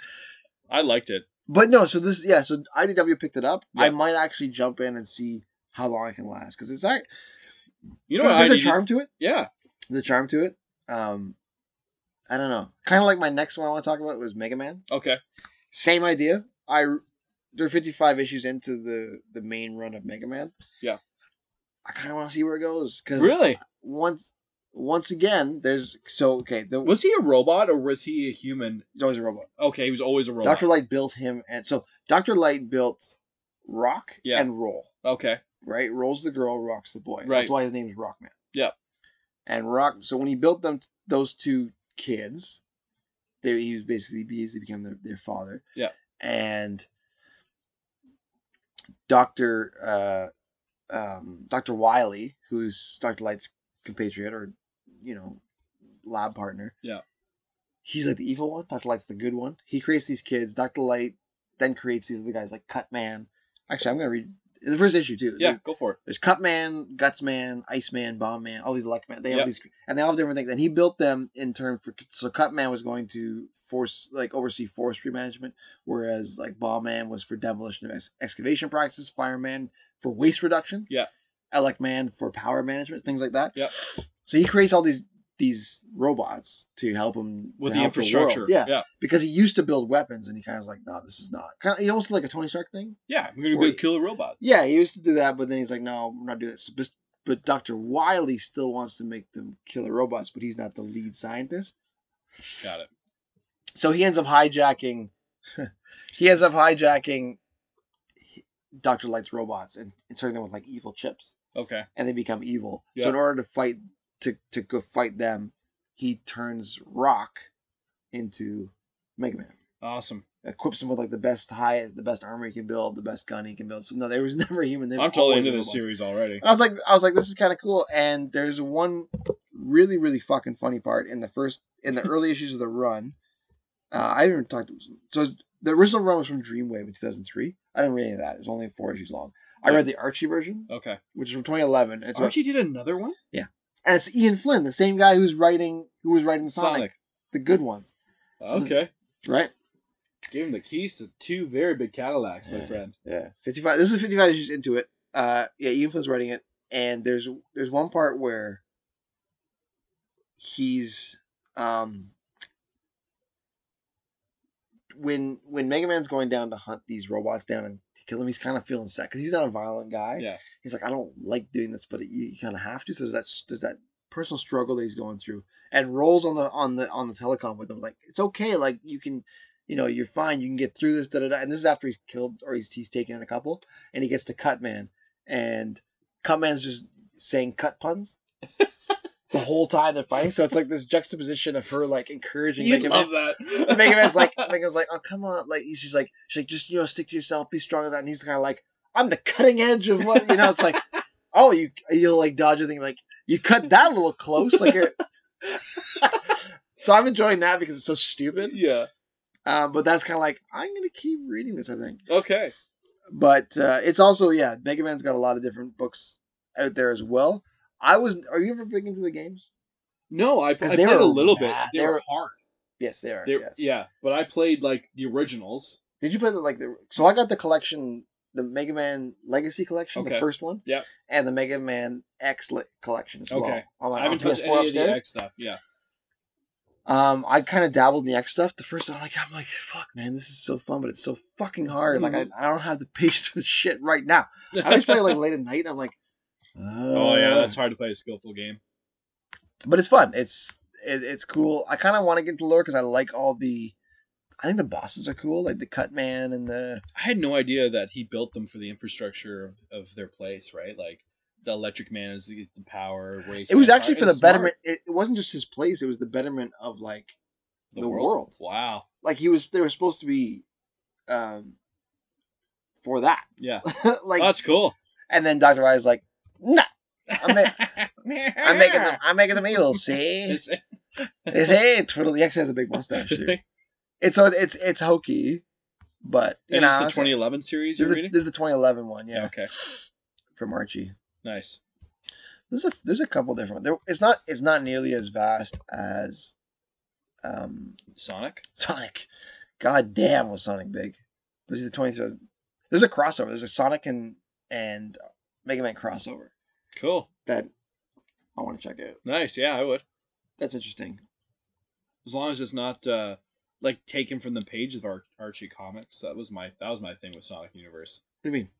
I liked it.
But no, so this yeah, so IDW picked it up. I
Yeah.
might actually jump in and see how long it can last because it's act-
You know what I
there's a
did?
charm to it.
Yeah.
There's a charm to it. Um, I don't know. Kind of like my next one I want to talk about was Mega Man.
Okay.
Same idea. I they're 55 issues into the the main run of Mega Man.
Yeah.
I kind of want to see where it goes because
Really?
once once again there's so okay the
Was he a robot or was he a human?
he's always a robot.
Okay, he was always a robot.
Doctor Light built him and so Doctor Light built Rock
Yeah.
and Roll.
Okay.
right? Rolls the girl, rocks the boy.
Right.
That's why his name is Rockman.
Yep.
and Rock. So when he built them, those two kids, they he was basically basically became their, their father.
Yeah.
And Doctor uh, um, Doctor Wiley, who's Doctor Light's compatriot or you know lab partner.
Yeah.
He's like the evil one. Doctor Light's the good one. He creates these kids. Doctor Light then creates these other guys like Cut Man. Actually, I'm gonna read the first issue too.
Yeah, go for it.
There's Cutman, Gutsman, Iceman, Bombman, all these Electman. They have
Yep.
these, and they all have different things. And he built them in turn for. So Cutman was going to force, like oversee forestry management, whereas like Bombman was for demolition of ex- excavation practices, Fireman for waste reduction,
Yeah.
Electman for power management, things like that.
Yep.
So he creates all these these robots to help him
With
to
the
help
infrastructure.
world. Yeah,
yeah.
because he used to build weapons, and he kind of was like, no, this is not. Kind of, he almost did like a Tony Stark thing.
Yeah. We're gonna
Or-
go kill a robot.
Yeah, he used to do that, but then he's like, no, we're not doing this. But, but Dr. Wiley still wants to make them killer robots, but he's not the lead scientist.
Got it.
So he ends up hijacking. he ends up hijacking Dr. Light's robots and inserting them with like evil chips,
Okay.
and they become evil.
Yeah.
So in order to fight to to go fight them, he turns Rock into Mega Man.
Awesome.
Equips him with like the best high, the best armor he can build, the best gun he can build. So no, there was never a Uh, human. they were
I'm totally
always
into this
robots.
series already.
And I was like, I was like, this is kind of cool. And there's one really, really fucking funny part in the first, in the early issues of the run. Uh, I haven't even talked. So the original run was from Dreamwave in 2003. I didn't read any of that. It was only four issues long. I read the Archie version,
Okay.
which is from 2011. It's about,
Archie did another one.
and it's Ian Flynn, the same guy who's writing, who was writing Sonic,
Sonic.
the good ones, So this-
okay.
right?
Gave him the keys to two very big Cadillacs, my
Yeah.
friend.
Yeah, 55. This is 55 issues into it. Uh, yeah, Ian Flynn's writing it, and there's there's one part where he's um when when Mega Man's going down to hunt these robots down and to kill them, he's kind of feeling sad because he's not a violent guy.
Yeah.
he's like, I don't like doing this, but you, you kind of have to. So there's that there's that personal struggle that he's going through, and rolls on the on the on the telecom with him like it's okay, like you can you know, you're fine, you can get through this, da da da. And this is after he's killed or he's he's taken in a couple, and he gets to cut man, and cut man's just saying cut puns the whole time they're fighting. So it's like this juxtaposition of her like encouraging
You
Mega Man.
love that.
Mega Man's like Mega Man's like, oh come on, like she's like she's like just you know stick to yourself, be strong with that. And he's kind of like, I'm the cutting edge of what you know. It's like, oh you you'll like dodge a thing like you cut that a little close like. It... so I'm enjoying that because it's so stupid.
yeah.
Um, but that's kind of like I'm gonna keep reading this, I think.
Okay.
But uh, it's also yeah, Mega Man's got a lot of different books out there as well. I was. Are you ever big into the games?
No, I, I
'Cause
played
they
a
were
little bit.
mad.
They,
They
were,
were-
hard.
Yes, they are.
They,
yes.
Yeah, but I played like the originals.
Did you play the like the? So I got the collection, the Mega Man Legacy collection,
Okay.
the first one.
Yep.
And the Mega Man X li- collection as well.
Okay.
On my,
I haven't
on
touched
PS4
any of the
upstairs.
X stuff. Yeah.
Um, I kind of dabbled in the X stuff. The first time, like, I'm like, fuck, man, this is so fun, but it's so fucking hard. Like,
Mhm.
I, I don't have the patience for this shit right now. I always play like uh, late at night. And I'm like,
oh yeah,
"Ugh."
that's hard to play a skillful game.
but it's fun. It's it, it's cool. I kind of want to get to lore because I like all the. I think the bosses are cool, like the Cut Man and the.
I had no idea that he built them for the infrastructure of, of their place, right? Like the Electric Man is the, the power. Race
It was
Man-
actually for the
It's smart.
betterment. It, it wasn't just his place; it was the betterment of like, the world.
Wow.
like he was. They were supposed to be, um, for that.
Yeah. Oh,
like,
that's cool.
and then Doctor Wise like, nah, I'm, ma- I'm making them. I'm making them evil. See,
It's-
they say Twiddle. He actually has a big mustache. Too. It's so it's it's hokey, but you
And
know,
it's the
it's-
2011 series
this is
you're
the,
reading.
this is the 2011 one, yeah,
Okay.
from Archie.
Nice.
There's a there's a couple different. There, it's not it's not nearly as vast as, um,
Sonic.
Sonic. God damn, was Sonic big? Was he the 20th? There's a crossover. There's a Sonic and and Mega Man crossover
Cool.
that I want to check out.
Nice. Yeah, I would.
That's interesting.
As long as it's not uh, like taken from the page of Ar- Archie comics. That was my that was my thing with Sonic Universe.
What do you mean?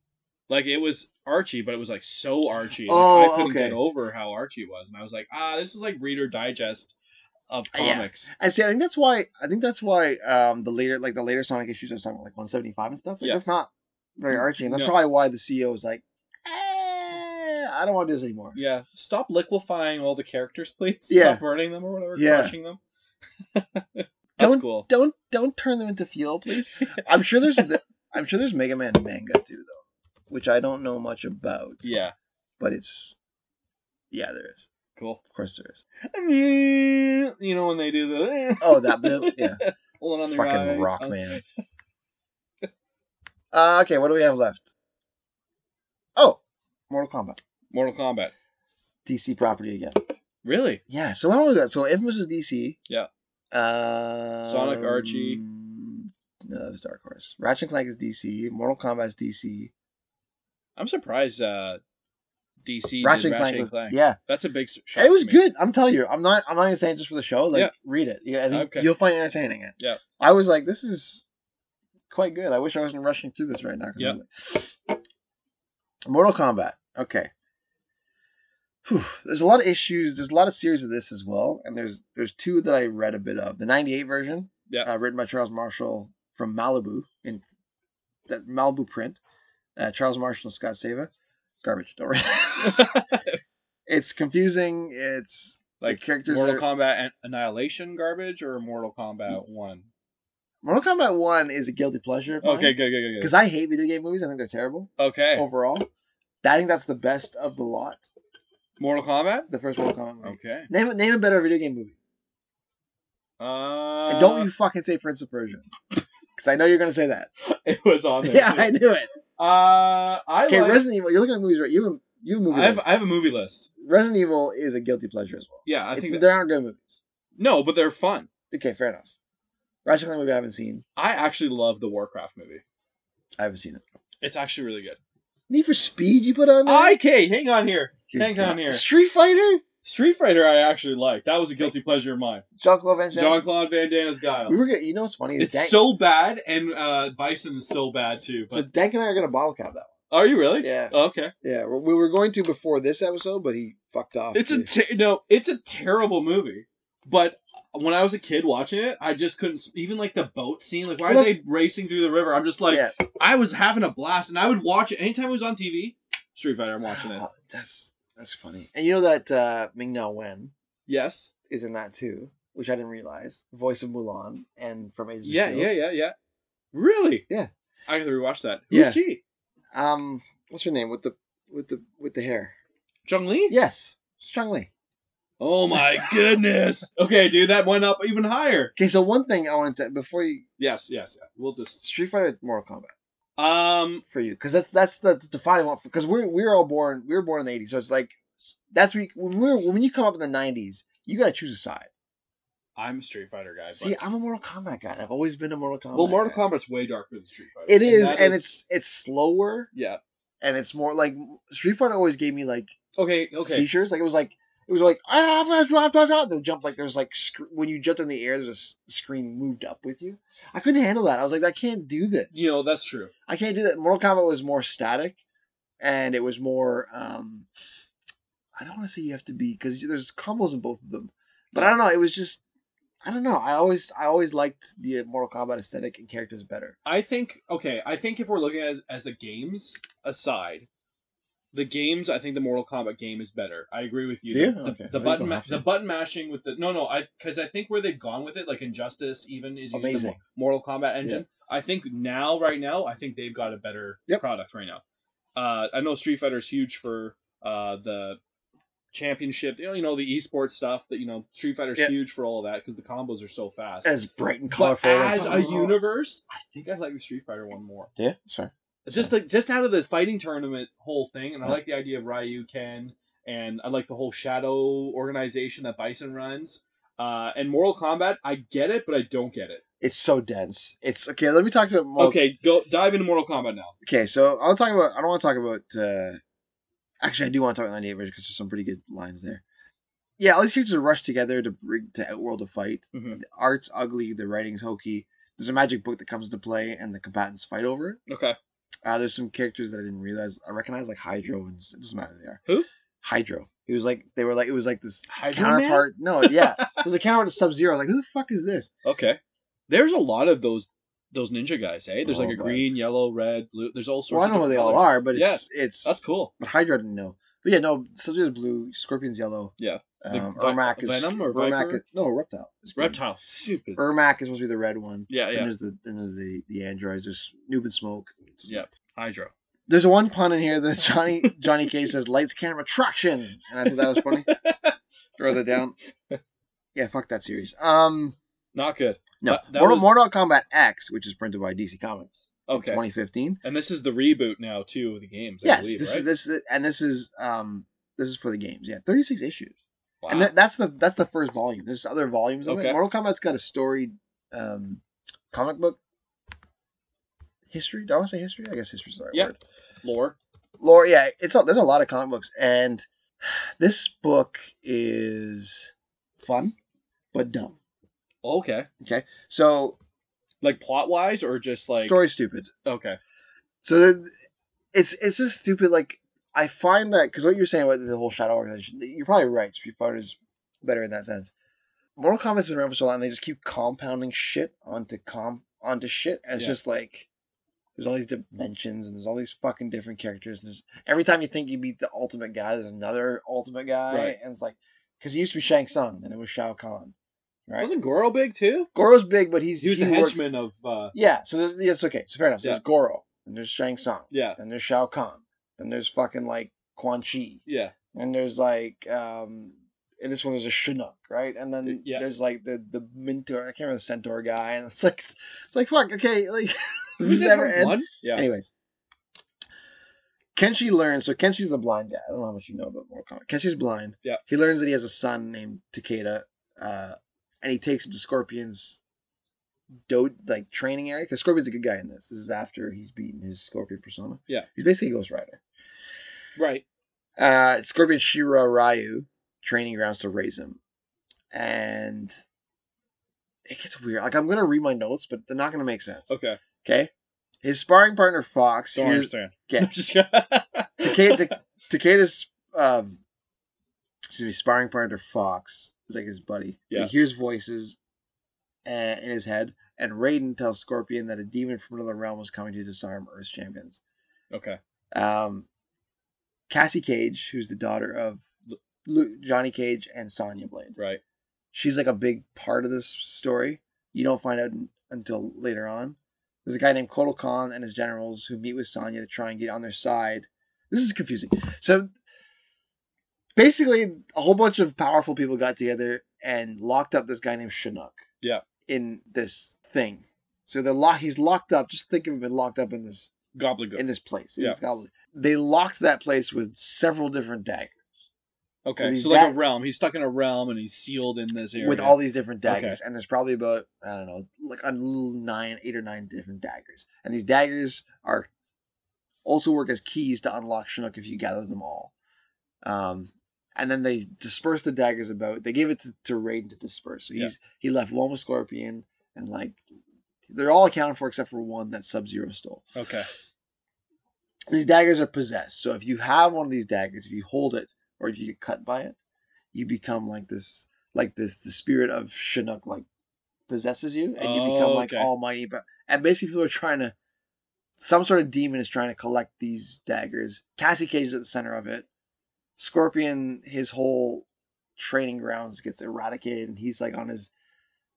Like it was Archie, but it was like so Archie. Like,
Oh,
I couldn't
okay.
get over how Archie was, and I was like, ah, this is like Reader Digest of
Uh, Yeah.
comics.
I see. I think that's why. I think that's why um the later like the later Sonic issues I was talking about like 175 and stuff. Like
Yeah. Mm,
that's not very Archie, and that's
No.
probably why the CEO was like, eh, I don't want to do this anymore.
Yeah. Stop liquefying all the characters, please.
Yeah.
Stop burning them or whatever,
Yeah.
crushing them. That's
Don't
cool.
don't don't turn them into fuel, please. I'm sure there's I'm sure there's Mega Man manga too though, which I don't know much about.
Yeah.
But it's yeah, there is.
Cool.
Of course there is.
You know when they do the
Oh, that bit, yeah.
pulling on the
Fucking
rock,
rock man. Uh, okay, what do we have left? Oh, Mortal Kombat.
Mortal Kombat.
DC property again.
Really?
Yeah, so how long was that? So Infamous is DC.
Yeah.
Uh,
Sonic, Archie.
No, that was Dark Horse. Ratchet and Clank is DC. Mortal Kombat is DC.
I'm surprised uh DC
Ratchet
did
and Clank
Ratchet
was
and Clank.
yeah.
That's a big s- shock.
It was
to me.
good. I'm telling you. I'm not. I'm not gonna say it just for the show. Like
Yeah.
read it. Yeah, I think
Okay.
you'll find it entertaining. It.
Yeah.
I was like, this is quite good. I wish I wasn't rushing through this right now. 'cause I was like- Mortal Kombat. Okay. Whew. There's a lot of issues. There's a lot of series of this as well, and there's there's two that I read a bit of. The '98 version,
Yeah.
uh, written by Charles Marshall from Malibu in that Malibu print. Uh, Charles Marshall and Scott Sava. Garbage. Don't read. it's confusing. It's
like
the characters
Mortal
are-
Kombat An- Annihilation garbage or Mortal
Mm.
Kombat One.
Mortal Kombat One is a guilty pleasure.
Okay, good, good, good, Eh. good.
Because I hate video game movies. I think they're terrible
Okay,
overall. I think that's the best of the lot.
Mortal Kombat.
The first Mortal Kombat movie.
Okay.
Name Name, name a better video game movie.
Uh,
And don't you fucking say Prince of Persia. Because I know you're gonna say that.
It was on there.
yeah,
too.
I knew it.
Uh, I
Okay,
like,
Resident Evil. You're looking at movies, right? You have a- you have a movie.
I have,
list.
I have a movie list.
Resident Evil is a guilty pleasure as well.
Yeah, I
It-
think that,
there aren't good movies.
no, but they're fun.
Okay, fair enough. Ratchet and Clank movie I haven't seen.
I actually love the Warcraft movie.
I haven't seen it.
It's actually really good.
Need for Speed you put on there.
IK, hang on here.
Good
hang on
God.
here.
Street Fighter.
Street Fighter, I actually like. That was a guilty pleasure of mine.
Jean Claude Van Damme.
Jean Claude Van Damme's Guile.
We were gonna, you know what's funny? Is
It's
Dank, so,
so bad, and uh, Bison is so bad too. But
Dank and I are gonna bottle cap that
are you really? Oh,
one. Yeah,
Okay.
yeah. We we were going to before this episode, but he fucked off.
It's a
dude.
ter- no. It's a terrible movie. But when I was a kid watching it, I just couldn't s- even like the boat scene. Like why
Well,
are they racing through the river? I'm just like
yeah.
I was having a blast, and I would watch it anytime it was on TV. Street Fighter, I'm watching it.
Oh, that's that's funny. And you know that uh, Ming Na Wen
Yes.
is in that too, which I didn't realize. Voice of Mulan and from Agents. of
Yeah, yeah,
Shield.
yeah, yeah. Really?
Yeah.
I gotta rewatch that. Who's
Yeah.
she?
Um, what's her name with the with the with the hair?
Jung Lee?
Yes, it's Chung Lee.
Oh my goodness. okay, dude, that went up even higher.
Okay, so one thing I wanted to before you
Yes, yes, yeah. We'll just
Street Fighter, Mortal Kombat.
um
for you because that's that's the defining one because we're we're all born we were born in the 80s so it's like that's we when we're when you come up in the 90s you gotta choose a side
I'm a Street Fighter guy. But...
see i'm a mortal kombat guy and i've always been a mortal kombat
well, Mortal
guy.
Kombat's way darker than Street Fighter.
it is
that
and it's it's slower
yeah.
and it's more like street fighter always gave me like
Okay, okay.
seizures like it was like it was like ah, blah, blah, blah, blah. they'll jump like there's like sc- when you jumped in the air there's a s- screen moved up with you i couldn't handle that i was like i can't do this
You know that's true.
I can't do that. Mortal Kombat was more static, and it was more. Um, I don't want to say you have to be because there's combos in both of them, but I don't know. It was just I don't know. I always I always liked the Mortal Kombat aesthetic and characters better.
I think okay. I think if we're looking at it as the games aside, the games. I think the Mortal Kombat game is better. I agree with you.
Do you?
The, the-
Okay.
the
I
button
don't
ma-
have to.
the button mashing with the no no I because I think where they've gone with it like Injustice even is using the
Amazing.
Mo- Mortal Kombat engine. I think now right now I think they've got a better
Yep.
product right now. Uh, I know Street Fighter is huge for uh, the championship. You know, you know the esports stuff that you know Street Fighter's
Yeah.
huge for all of that because the combos are so fast.
And it's bright and
But
colorful.
as a universe, I think I like the Street Fighter one more.
yeah, sorry.
Just like just out of the fighting tournament whole thing, and I
Yeah.
like the idea of Ryu Ken, and I like the whole shadow organization that Bison runs. Uh, and Mortal Kombat, I get it, but I don't get it.
It's so dense. It's okay. Let me talk about Mortal. Okay.
okay, go dive into Mortal Kombat now.
Okay. So I'll talk about. I don't want to talk about. uh Actually, I do want to talk about 98 version because there's some pretty good lines there. Yeah, all these characters are rushed together to bring to outworld a fight. the art's ugly, the writing's hokey. There's a magic book that comes into play, and the combatants fight over it.
Okay,
Uh, there's some characters that I didn't realize I recognize, like Hydro, and s- it doesn't matter who they are.
Who?
Hydro. He was like they were like it was like this
Hydro
counterpart. No, yeah, it was a counterpart to Sub Zero. Like who the fuck is this?
Man? Okay, there's a lot of those those ninja guys. Hey, there's
Oh,
like a
but-
green, yellow, red, blue. There's all sorts.
Well, I
of
know who
different
they all
colors.
are, but it's it's
That's cool.
but Hydro I didn't know. But yeah, no, Sub-Zero's blue, Scorpion's yellow.
Yeah. The
Um,
Vi-
Ermac is
Venom or
Ermac
Viper?
is- no Reptile. is green.
Reptile. Stupid.
Ermac is supposed to be the red one.
yeah,
Then
yeah.
there's the then there's the the androids. There's Noob and Smoke.
Yep. Hydra.
There's one pun in here that Johnny Johnny K says lights, camera, traction, and I thought that was funny. Throw that down. Yeah, fuck that series. Um,
Not good.
no,
That- that
Mortal,
was-
Mortal Kombat X, which is printed by DC Comics,
Okay.
2015.
And this is the reboot now too of the games, I
yes,
believe,
this
right?
is this and this is um this is for the games. Yeah, 36 issues,
wow.
and that, that's the that's the first volume. There's other volumes of
Okay.
it. Mortal Kombat's got a storied um comic book history. Do I want to say history? I guess history's the right
Yeah.
word.
lore.
Lore, yeah, it's a, there's a lot of comic books, and this book is fun but dumb.
Oh, Okay.
So
Like plot wise or just like
story stupid.
Okay.
So the, it's it's just stupid. Like I find that because what you're saying about the whole shadow organization, you're probably right. Street Fighter is better in that sense. Mortal Kombat's been around for so long, and they just keep compounding shit onto com onto shit, and it's
Yeah.
just like there's all these dimensions, and there's all these fucking different characters, and just, every time you think you beat the ultimate guy, there's another ultimate guy,
Right.
and it's like because he used to be Shang Tsung, then it was Shao Kahn, right?
Wasn't Goro big too?
Goro's big, but he's
He was a
works-
henchman of uh
Yeah, so there's, yeah, it's okay. So fair enough. So
Yeah.
there's Goro, and there's Shang Tsung.
yeah.
Then there's Shao Kahn. Then there's fucking like Quan Chi.
Yeah.
And there's like um in this one there's a Chinook, right? And then
Yeah.
there's like the the mentor I can't remember the centaur guy and it's like it's like fuck, okay, like this
We
is
did
never
have
end.
one? Yeah.
Anyways. Kenshi learns so Kenshi's the blind guy. I don't know how much you know about Mortal Kombat. Kenshi's blind.
Yeah.
He learns that he has a son named Takeda, uh, and he takes him to Scorpion's do like training area because Scorpion's a good guy in this. This is after he's beaten his Scorpion persona.
Yeah.
he's basically Ghost Rider.
Right.
Uh, Scorpion Shira Ryu training grounds to raise him, and it gets weird. Like I'm gonna read my notes, but they're not gonna make sense. Okay.
Okay.
His sparring partner Fox.
Don't
hears-
understand.
Yeah.
I'm just kidding.
Takeda, Ta- Takeda's um, excuse me, sparring partner Fox is like his buddy.
Yeah.
He hears voices uh, in his head, and Raiden tells Scorpion that a demon from another realm was coming to disarm Earth's champions.
Okay.
Um, Cassie Cage, who's the daughter of Lu- Johnny Cage and Sonya Blade,
Right.
she's like a big part of this story. You don't find out un- until later on. There's a guy named Kotal Khan and his generals who meet with Sonya to try and get on their side. This is confusing. So basically, a whole bunch of powerful people got together and locked up this guy named Chinook.
Yeah.
In this thing. So they're lo- he's locked up. Just think of him being locked up in this
Gobbledygook.
in this place. in
Yeah.
this goblin. They locked that place with several different daggers. so
okay. So,
these
like
da-
a realm. He's stuck in a realm and he's sealed in this area.
with all these different
Okay.
daggers, and there's probably about I don't know, like a little nine, eight or nine different daggers, and these daggers are also work as keys to unlock Chinook if you gather them all. Um, and then they disperse the daggers about. They gave it to, to Raiden to disperse. So
Yeah.
he's he left one with Scorpion, and like they're all accounted for except for one that Sub Zero stole.
Okay.
These daggers are possessed. So if you have one of these daggers, if you hold it or if you get cut by it, you become like this, like this, the spirit of Chinook like possesses you, and you become
Oh,
like
okay.
almighty. But and basically, people are trying to, some sort of demon is trying to collect these daggers. Cassie Cage is at the center of it. Scorpion, his whole training grounds gets eradicated, and he's like on his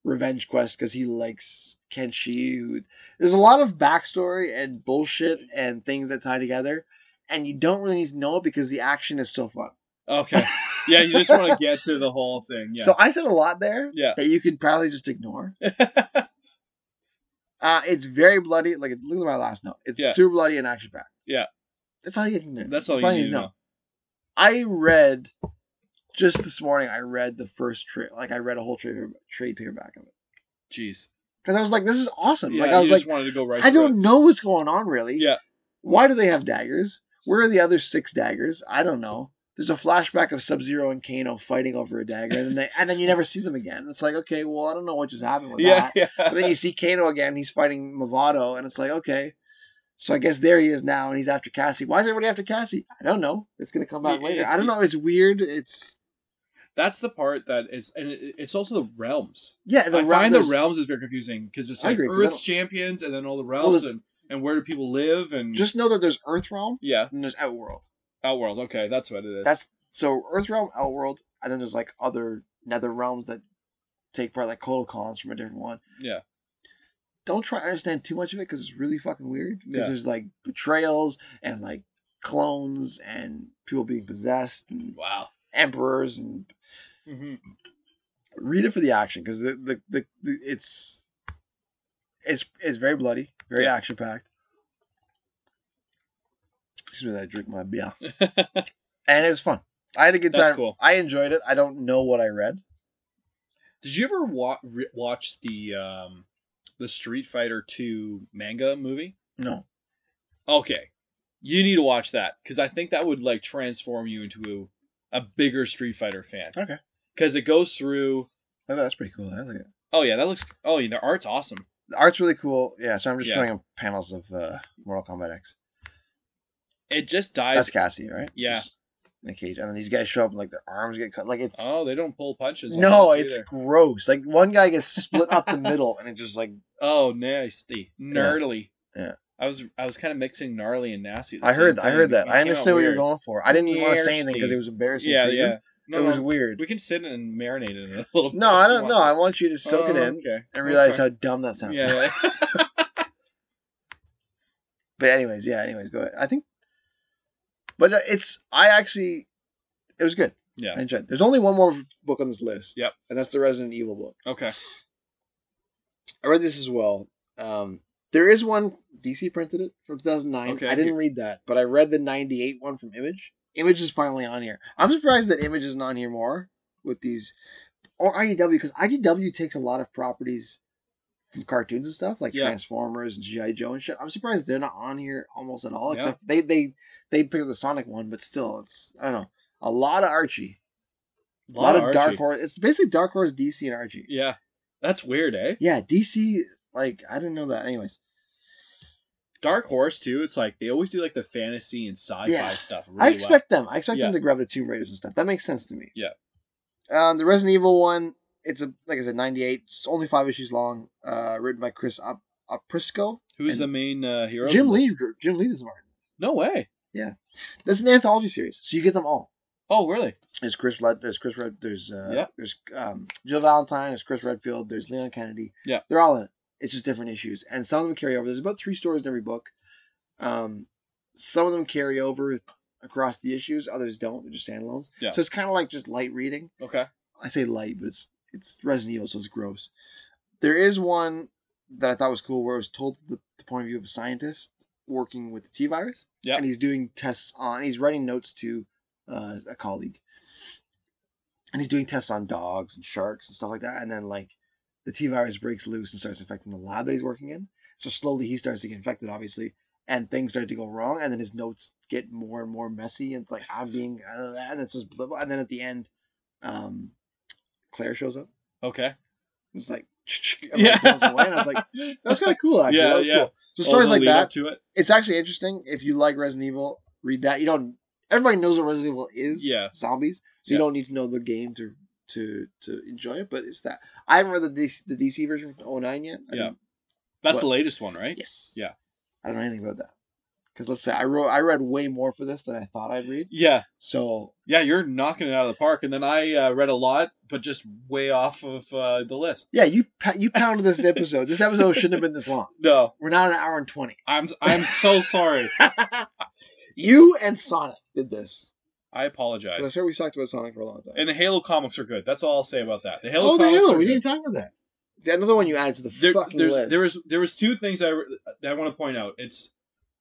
revenge quest because he likes Kenshi. Who, there's a lot of backstory and bullshit and things that tie together, and you don't really need to know it because the action is so fun.
Okay. Yeah, you just want to get to the whole thing. Yeah.
So I said a lot there
Yeah.
that you can probably just ignore. Uh, it's very bloody. Like look at my last note. It's
Yeah.
super bloody and action packed.
Yeah.
that's all you can do.
That's all you need to know.
I read just this morning. I read the first trade. Like I read a whole trade trade paperback of it
Jeez.
because I was like, this is awesome.
Yeah,
like I was
you
like,
just wanted to go right
I
through
don't know what's going on really.
Yeah.
Why do they have daggers? Where are the other six daggers? I don't know. There's a flashback of Sub Zero and Kano fighting over a dagger, and then they and then you never see them again. It's like, okay, well, I don't know what just happened with
it.
that.
Yeah, yeah.
And then you see Kano again. He's fighting Movado, and it's like, okay. So I guess there he is now, and he's after Cassie. Why is everybody after Cassie? I don't know. It's gonna come back
Yeah,
later.
it-
I don't know. It's weird. It's
That's the part that is, and it, it's also the realms.
yeah. The
I
realm-
find the
there's-
realms is very confusing because it's
I
like
agree, 'cause I
Earth's champions and then all the realms
there's-
and, and where do people live and
Just know that there's Earth Realm
yeah,
and there's Outworld.
Outworld. Okay, that's what it is.
That's so Earthrealm, Outworld, and then there's like other Nether realms that take part, like Kodalcons from a different one.
Yeah.
Don't try to understand too much of it because it's really fucking weird. Because
Yeah.
there's like betrayals and like clones and people being possessed and
wow.
emperors and
Mm-hmm.
read it for the action because the, the, the the it's it's it's very bloody, very
Yeah.
action packed. Excuse me, that I drink my beer, and it was fun. I had a good
That's
time.
cool.
I enjoyed it. I don't know what I read.
Did you ever wa- re- watch the um, the Street Fighter Two manga movie?
No,
Okay, you need to watch that because I think that would like transform you into a, a bigger Street Fighter fan.
Okay.
Because it goes through.
Oh, that's pretty cool. I like it.
Oh yeah, that looks. Oh yeah, the art's awesome.
The art's really cool. Yeah, so I'm just
Yeah.
showing him panels of uh, Mortal Kombat X.
It just dives.
That's Cassie, right?
Yeah.
She's in a cage, and then these guys show up and like their arms get cut. Like it's
Oh, they don't pull punches. on
no,
those
it's
either.
gross. Like one guy gets split up the middle, and it just like
Oh, nasty, gnarly.
Yeah.
I was I was kind of mixing gnarly and nasty. at the
I heard,
same
I heard
time.
that.
It
I
came out
understand what you're
weird.
going for. I didn't even want to say anything
Nasty.
because it was embarrassing
Yeah,
for you.
yeah. No,
it was
no,
weird.
we can sit and marinate in it a little. bit
No,
if
I
you
don't
want
know.
to.
I want you to soak it
Oh,
in
Okay.
and realize
Okay.
how dumb that sounds.
Yeah. yeah.
But anyways, yeah. Anyways, go ahead. I think, but uh, it's I actually, it was good.
Yeah.
I enjoyed. it. There's only one more book on this list.
Yep.
And that's the Resident Evil book.
okay.
I read this as well. Um, there is one DC printed it from 2009.
Okay,
I didn't read that, but I read the 98 one from Image. Image is finally on here. I'm surprised that Image isn't on here more with these or IDW because IDW takes a lot of properties from cartoons and stuff like
Yeah.
Transformers and GI Joe and shit. I'm surprised they're not on here almost at all.
Yeah.
Except they they they picked up the Sonic one, but still, it's I don't know a lot of Archie, a
A
lot, of, Dark
Archie.
Horse. It's basically Dark Horse, DC, and Archie.
Yeah. That's weird, eh?
Yeah, DC. Like I didn't know that. Anyways.
Dark Horse too. It's like they always do like the fantasy and sci-fi
Yeah.
stuff. Really
I expect them. I expect
Yeah.
them to grab the Tomb Raiders and stuff. That makes sense to me.
Yeah.
Um, the Resident Evil one, it's a like I said, ninety eight. It's only five issues long. Uh, written by Chris Op- Oprisco.
well. Who's
and-
the main uh, hero?
Jim
in this?
Lee. Jim Lee is Martin.
No way.
That's an anthology series, so you get them all.
Oh really?
There's Chris Led. There's Chris Red. There's uh,
Yeah.
There's um, Jill Valentine. There's Chris Redfield. There's Leon Kennedy.
Yeah.
They're all in it. It's just different issues, and some of them carry over. There's about three stories in every book. Um, some of them carry over across the issues. Others don't. They're just standalones.
Yeah.
So it's kind of like just light reading.
Okay.
I say light, but it's it's Resident Evil, so it's gross. There is one that I thought was cool where it was told from the, the point of view of a scientist working with the T virus.
Yep.
And he's doing tests on he's writing notes to uh, a colleague. And he's doing tests on dogs and sharks and stuff like that. And then like the T virus breaks loose and starts infecting the lab that he's working in. So slowly he starts to get infected, obviously, and things start to go wrong. And then his notes get more and more messy. And it's like I'm being, uh, and it's just blah, blah. And then at the end, um, Claire shows up.
Okay. Oh,
It's like, and
Yeah.
like goes away. And I was like, that was kind of cool, actually.
Yeah,
that was
yeah.
cool. So stories
the
like
lead up
that,
to it.
it's actually interesting. If you like Resident Evil, read that. You don't. Everybody knows what Resident Evil is.
Yeah.
Zombies. So
Yeah.
you don't need to know the game to to to enjoy it. But it's that. I haven't read the DC, the DC version from 09 yet. I
Yeah.
didn't-
That's
What?
the latest one, right?
Yes.
Yeah.
I don't know anything about that. Because let's say I wrote, I read way more for this than I thought I'd read.
Yeah.
So
Yeah, you're knocking it out of the park. And then I uh, read a lot, but just way off of uh, the list.
yeah, you pa- you pounded this episode. this episode shouldn't have been this long.
No,
We're now at an hour and twenty.
I'm I'm so sorry.
you and Sonic did this.
I
'Cause I
apologize.
swear we talked about Sonic for a long time.
And the Halo comics are good. That's all I'll say about that. The Halo
oh, the
comics
Halo.
are
We
good.
didn't even talk about that. The- Another one you added to the
there,
fucking
there's,
list.
there was there was two things I re- that I want to point out. It's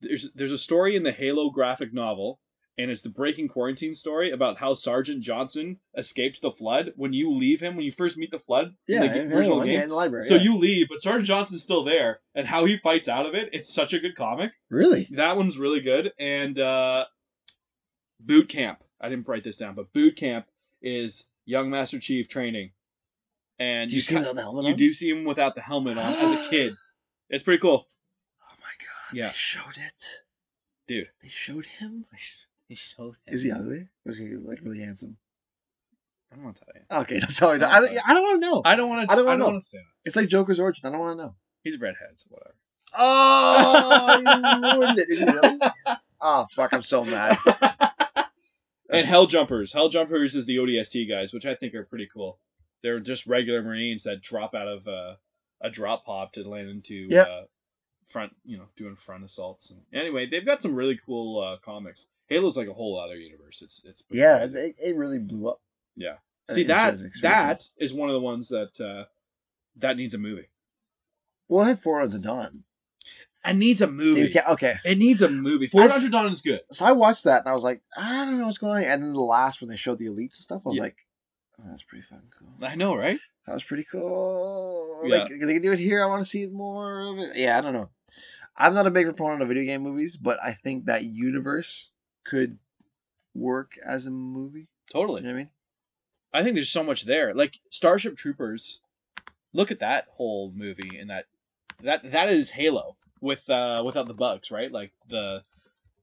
there's there's a story in the Halo graphic novel, and it's the Breaking Quarantine story about how Sergeant Johnson escapes the flood. When you leave him, when you first meet the flood
yeah,
in the
in
g- original
Halo, yeah,
game,
in the library.
so
yeah.
you leave, but Sergeant Johnson's still there, and how he fights out of it. It's such a good comic.
really?
That one's really good. And uh, Boot Camp. I didn't write this down, but Boot Camp is young Master Chief training, and
Do you see
ki-
that the helmet
you
on?
do see him without the helmet on as a kid. It's pretty cool.
Oh my god!
Yeah.
They showed it,
Dude.
They showed him.
He showed
Is he ugly? Or is he like really handsome?
I don't want to tell you.
Okay, don't tell me. I don't. I don't want to know.
I don't want to.
I don't wanna know.
want to say. that.
It's like Joker's origin. I don't want to know.
He's redhead, so whatever.
Oh, you ruined it. Is he really? Oh fuck! I'm so mad.
and hell jumpers. Hell jumpers is the ODST guys, which I think are pretty cool. They're just regular Marines that drop out of uh, a drop pod to land into
Yeah.
uh, front, you know, doing front assaults. And anyway, they've got some really cool uh, comics. Halo's like a whole other universe. It's it's pretty
yeah,
crazy.
it, it really blew up.
Yeah.
I
See
think
that
it's just
that
experience.
is one of the ones that uh, that needs a movie.
Well, I had four hours of dawn.
It needs a movie.
Dude, yeah, okay.
It needs a movie.
I s-
400 Dawn is good.
So I watched that and I was like, I don't know what's going on. Here. And then the last when they showed the elites and stuff, I was
Yeah.
like, oh, that's pretty fucking cool.
I know, right?
That was pretty cool.
Yeah.
Like they can do it here. I want to see more of it. Yeah, I don't know. I'm not a big proponent of video game movies, but I think that universe could work as a movie. You
Totally.
know what I mean?
I think there's so much there. Like Starship Troopers. Look at that whole movie and that that that is Halo with uh without the bugs, right? Like the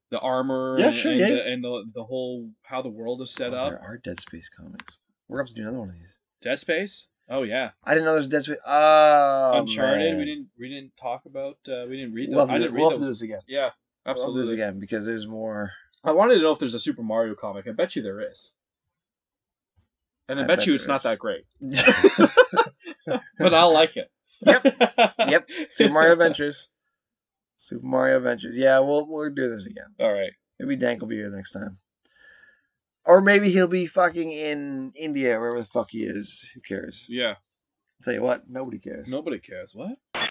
the armor
Yeah,
and,
sure,
and,
yeah.
the, and the the whole how the world is set
Oh,
up.
There are Dead Space comics. We're gonna have to do another one of these.
Dead Space? Oh yeah.
I didn't know there's Dead Space. Oh,
Uncharted,
man.
we didn't we didn't talk about uh we didn't read those.
We'll
I
have to
didn't
do, we'll
read
have to do
those.
this again.
Yeah.
We'll have to do this
Absolutely.
again because there's more.
I wanted to know if there's a Super Mario comic. I bet you there is. And I,
I
bet,
bet
you it's
there
not
is.
that great.
Super
But I like it.
Yep. Yep. Mario Adventures. Super Mario Adventures. Yeah, we'll we'll do this again.
All right.
Maybe Dank will be here next time. Or maybe he'll be fucking in India, wherever the fuck he is. Who cares?
Yeah.
tell you what, nobody cares.
Nobody cares. What?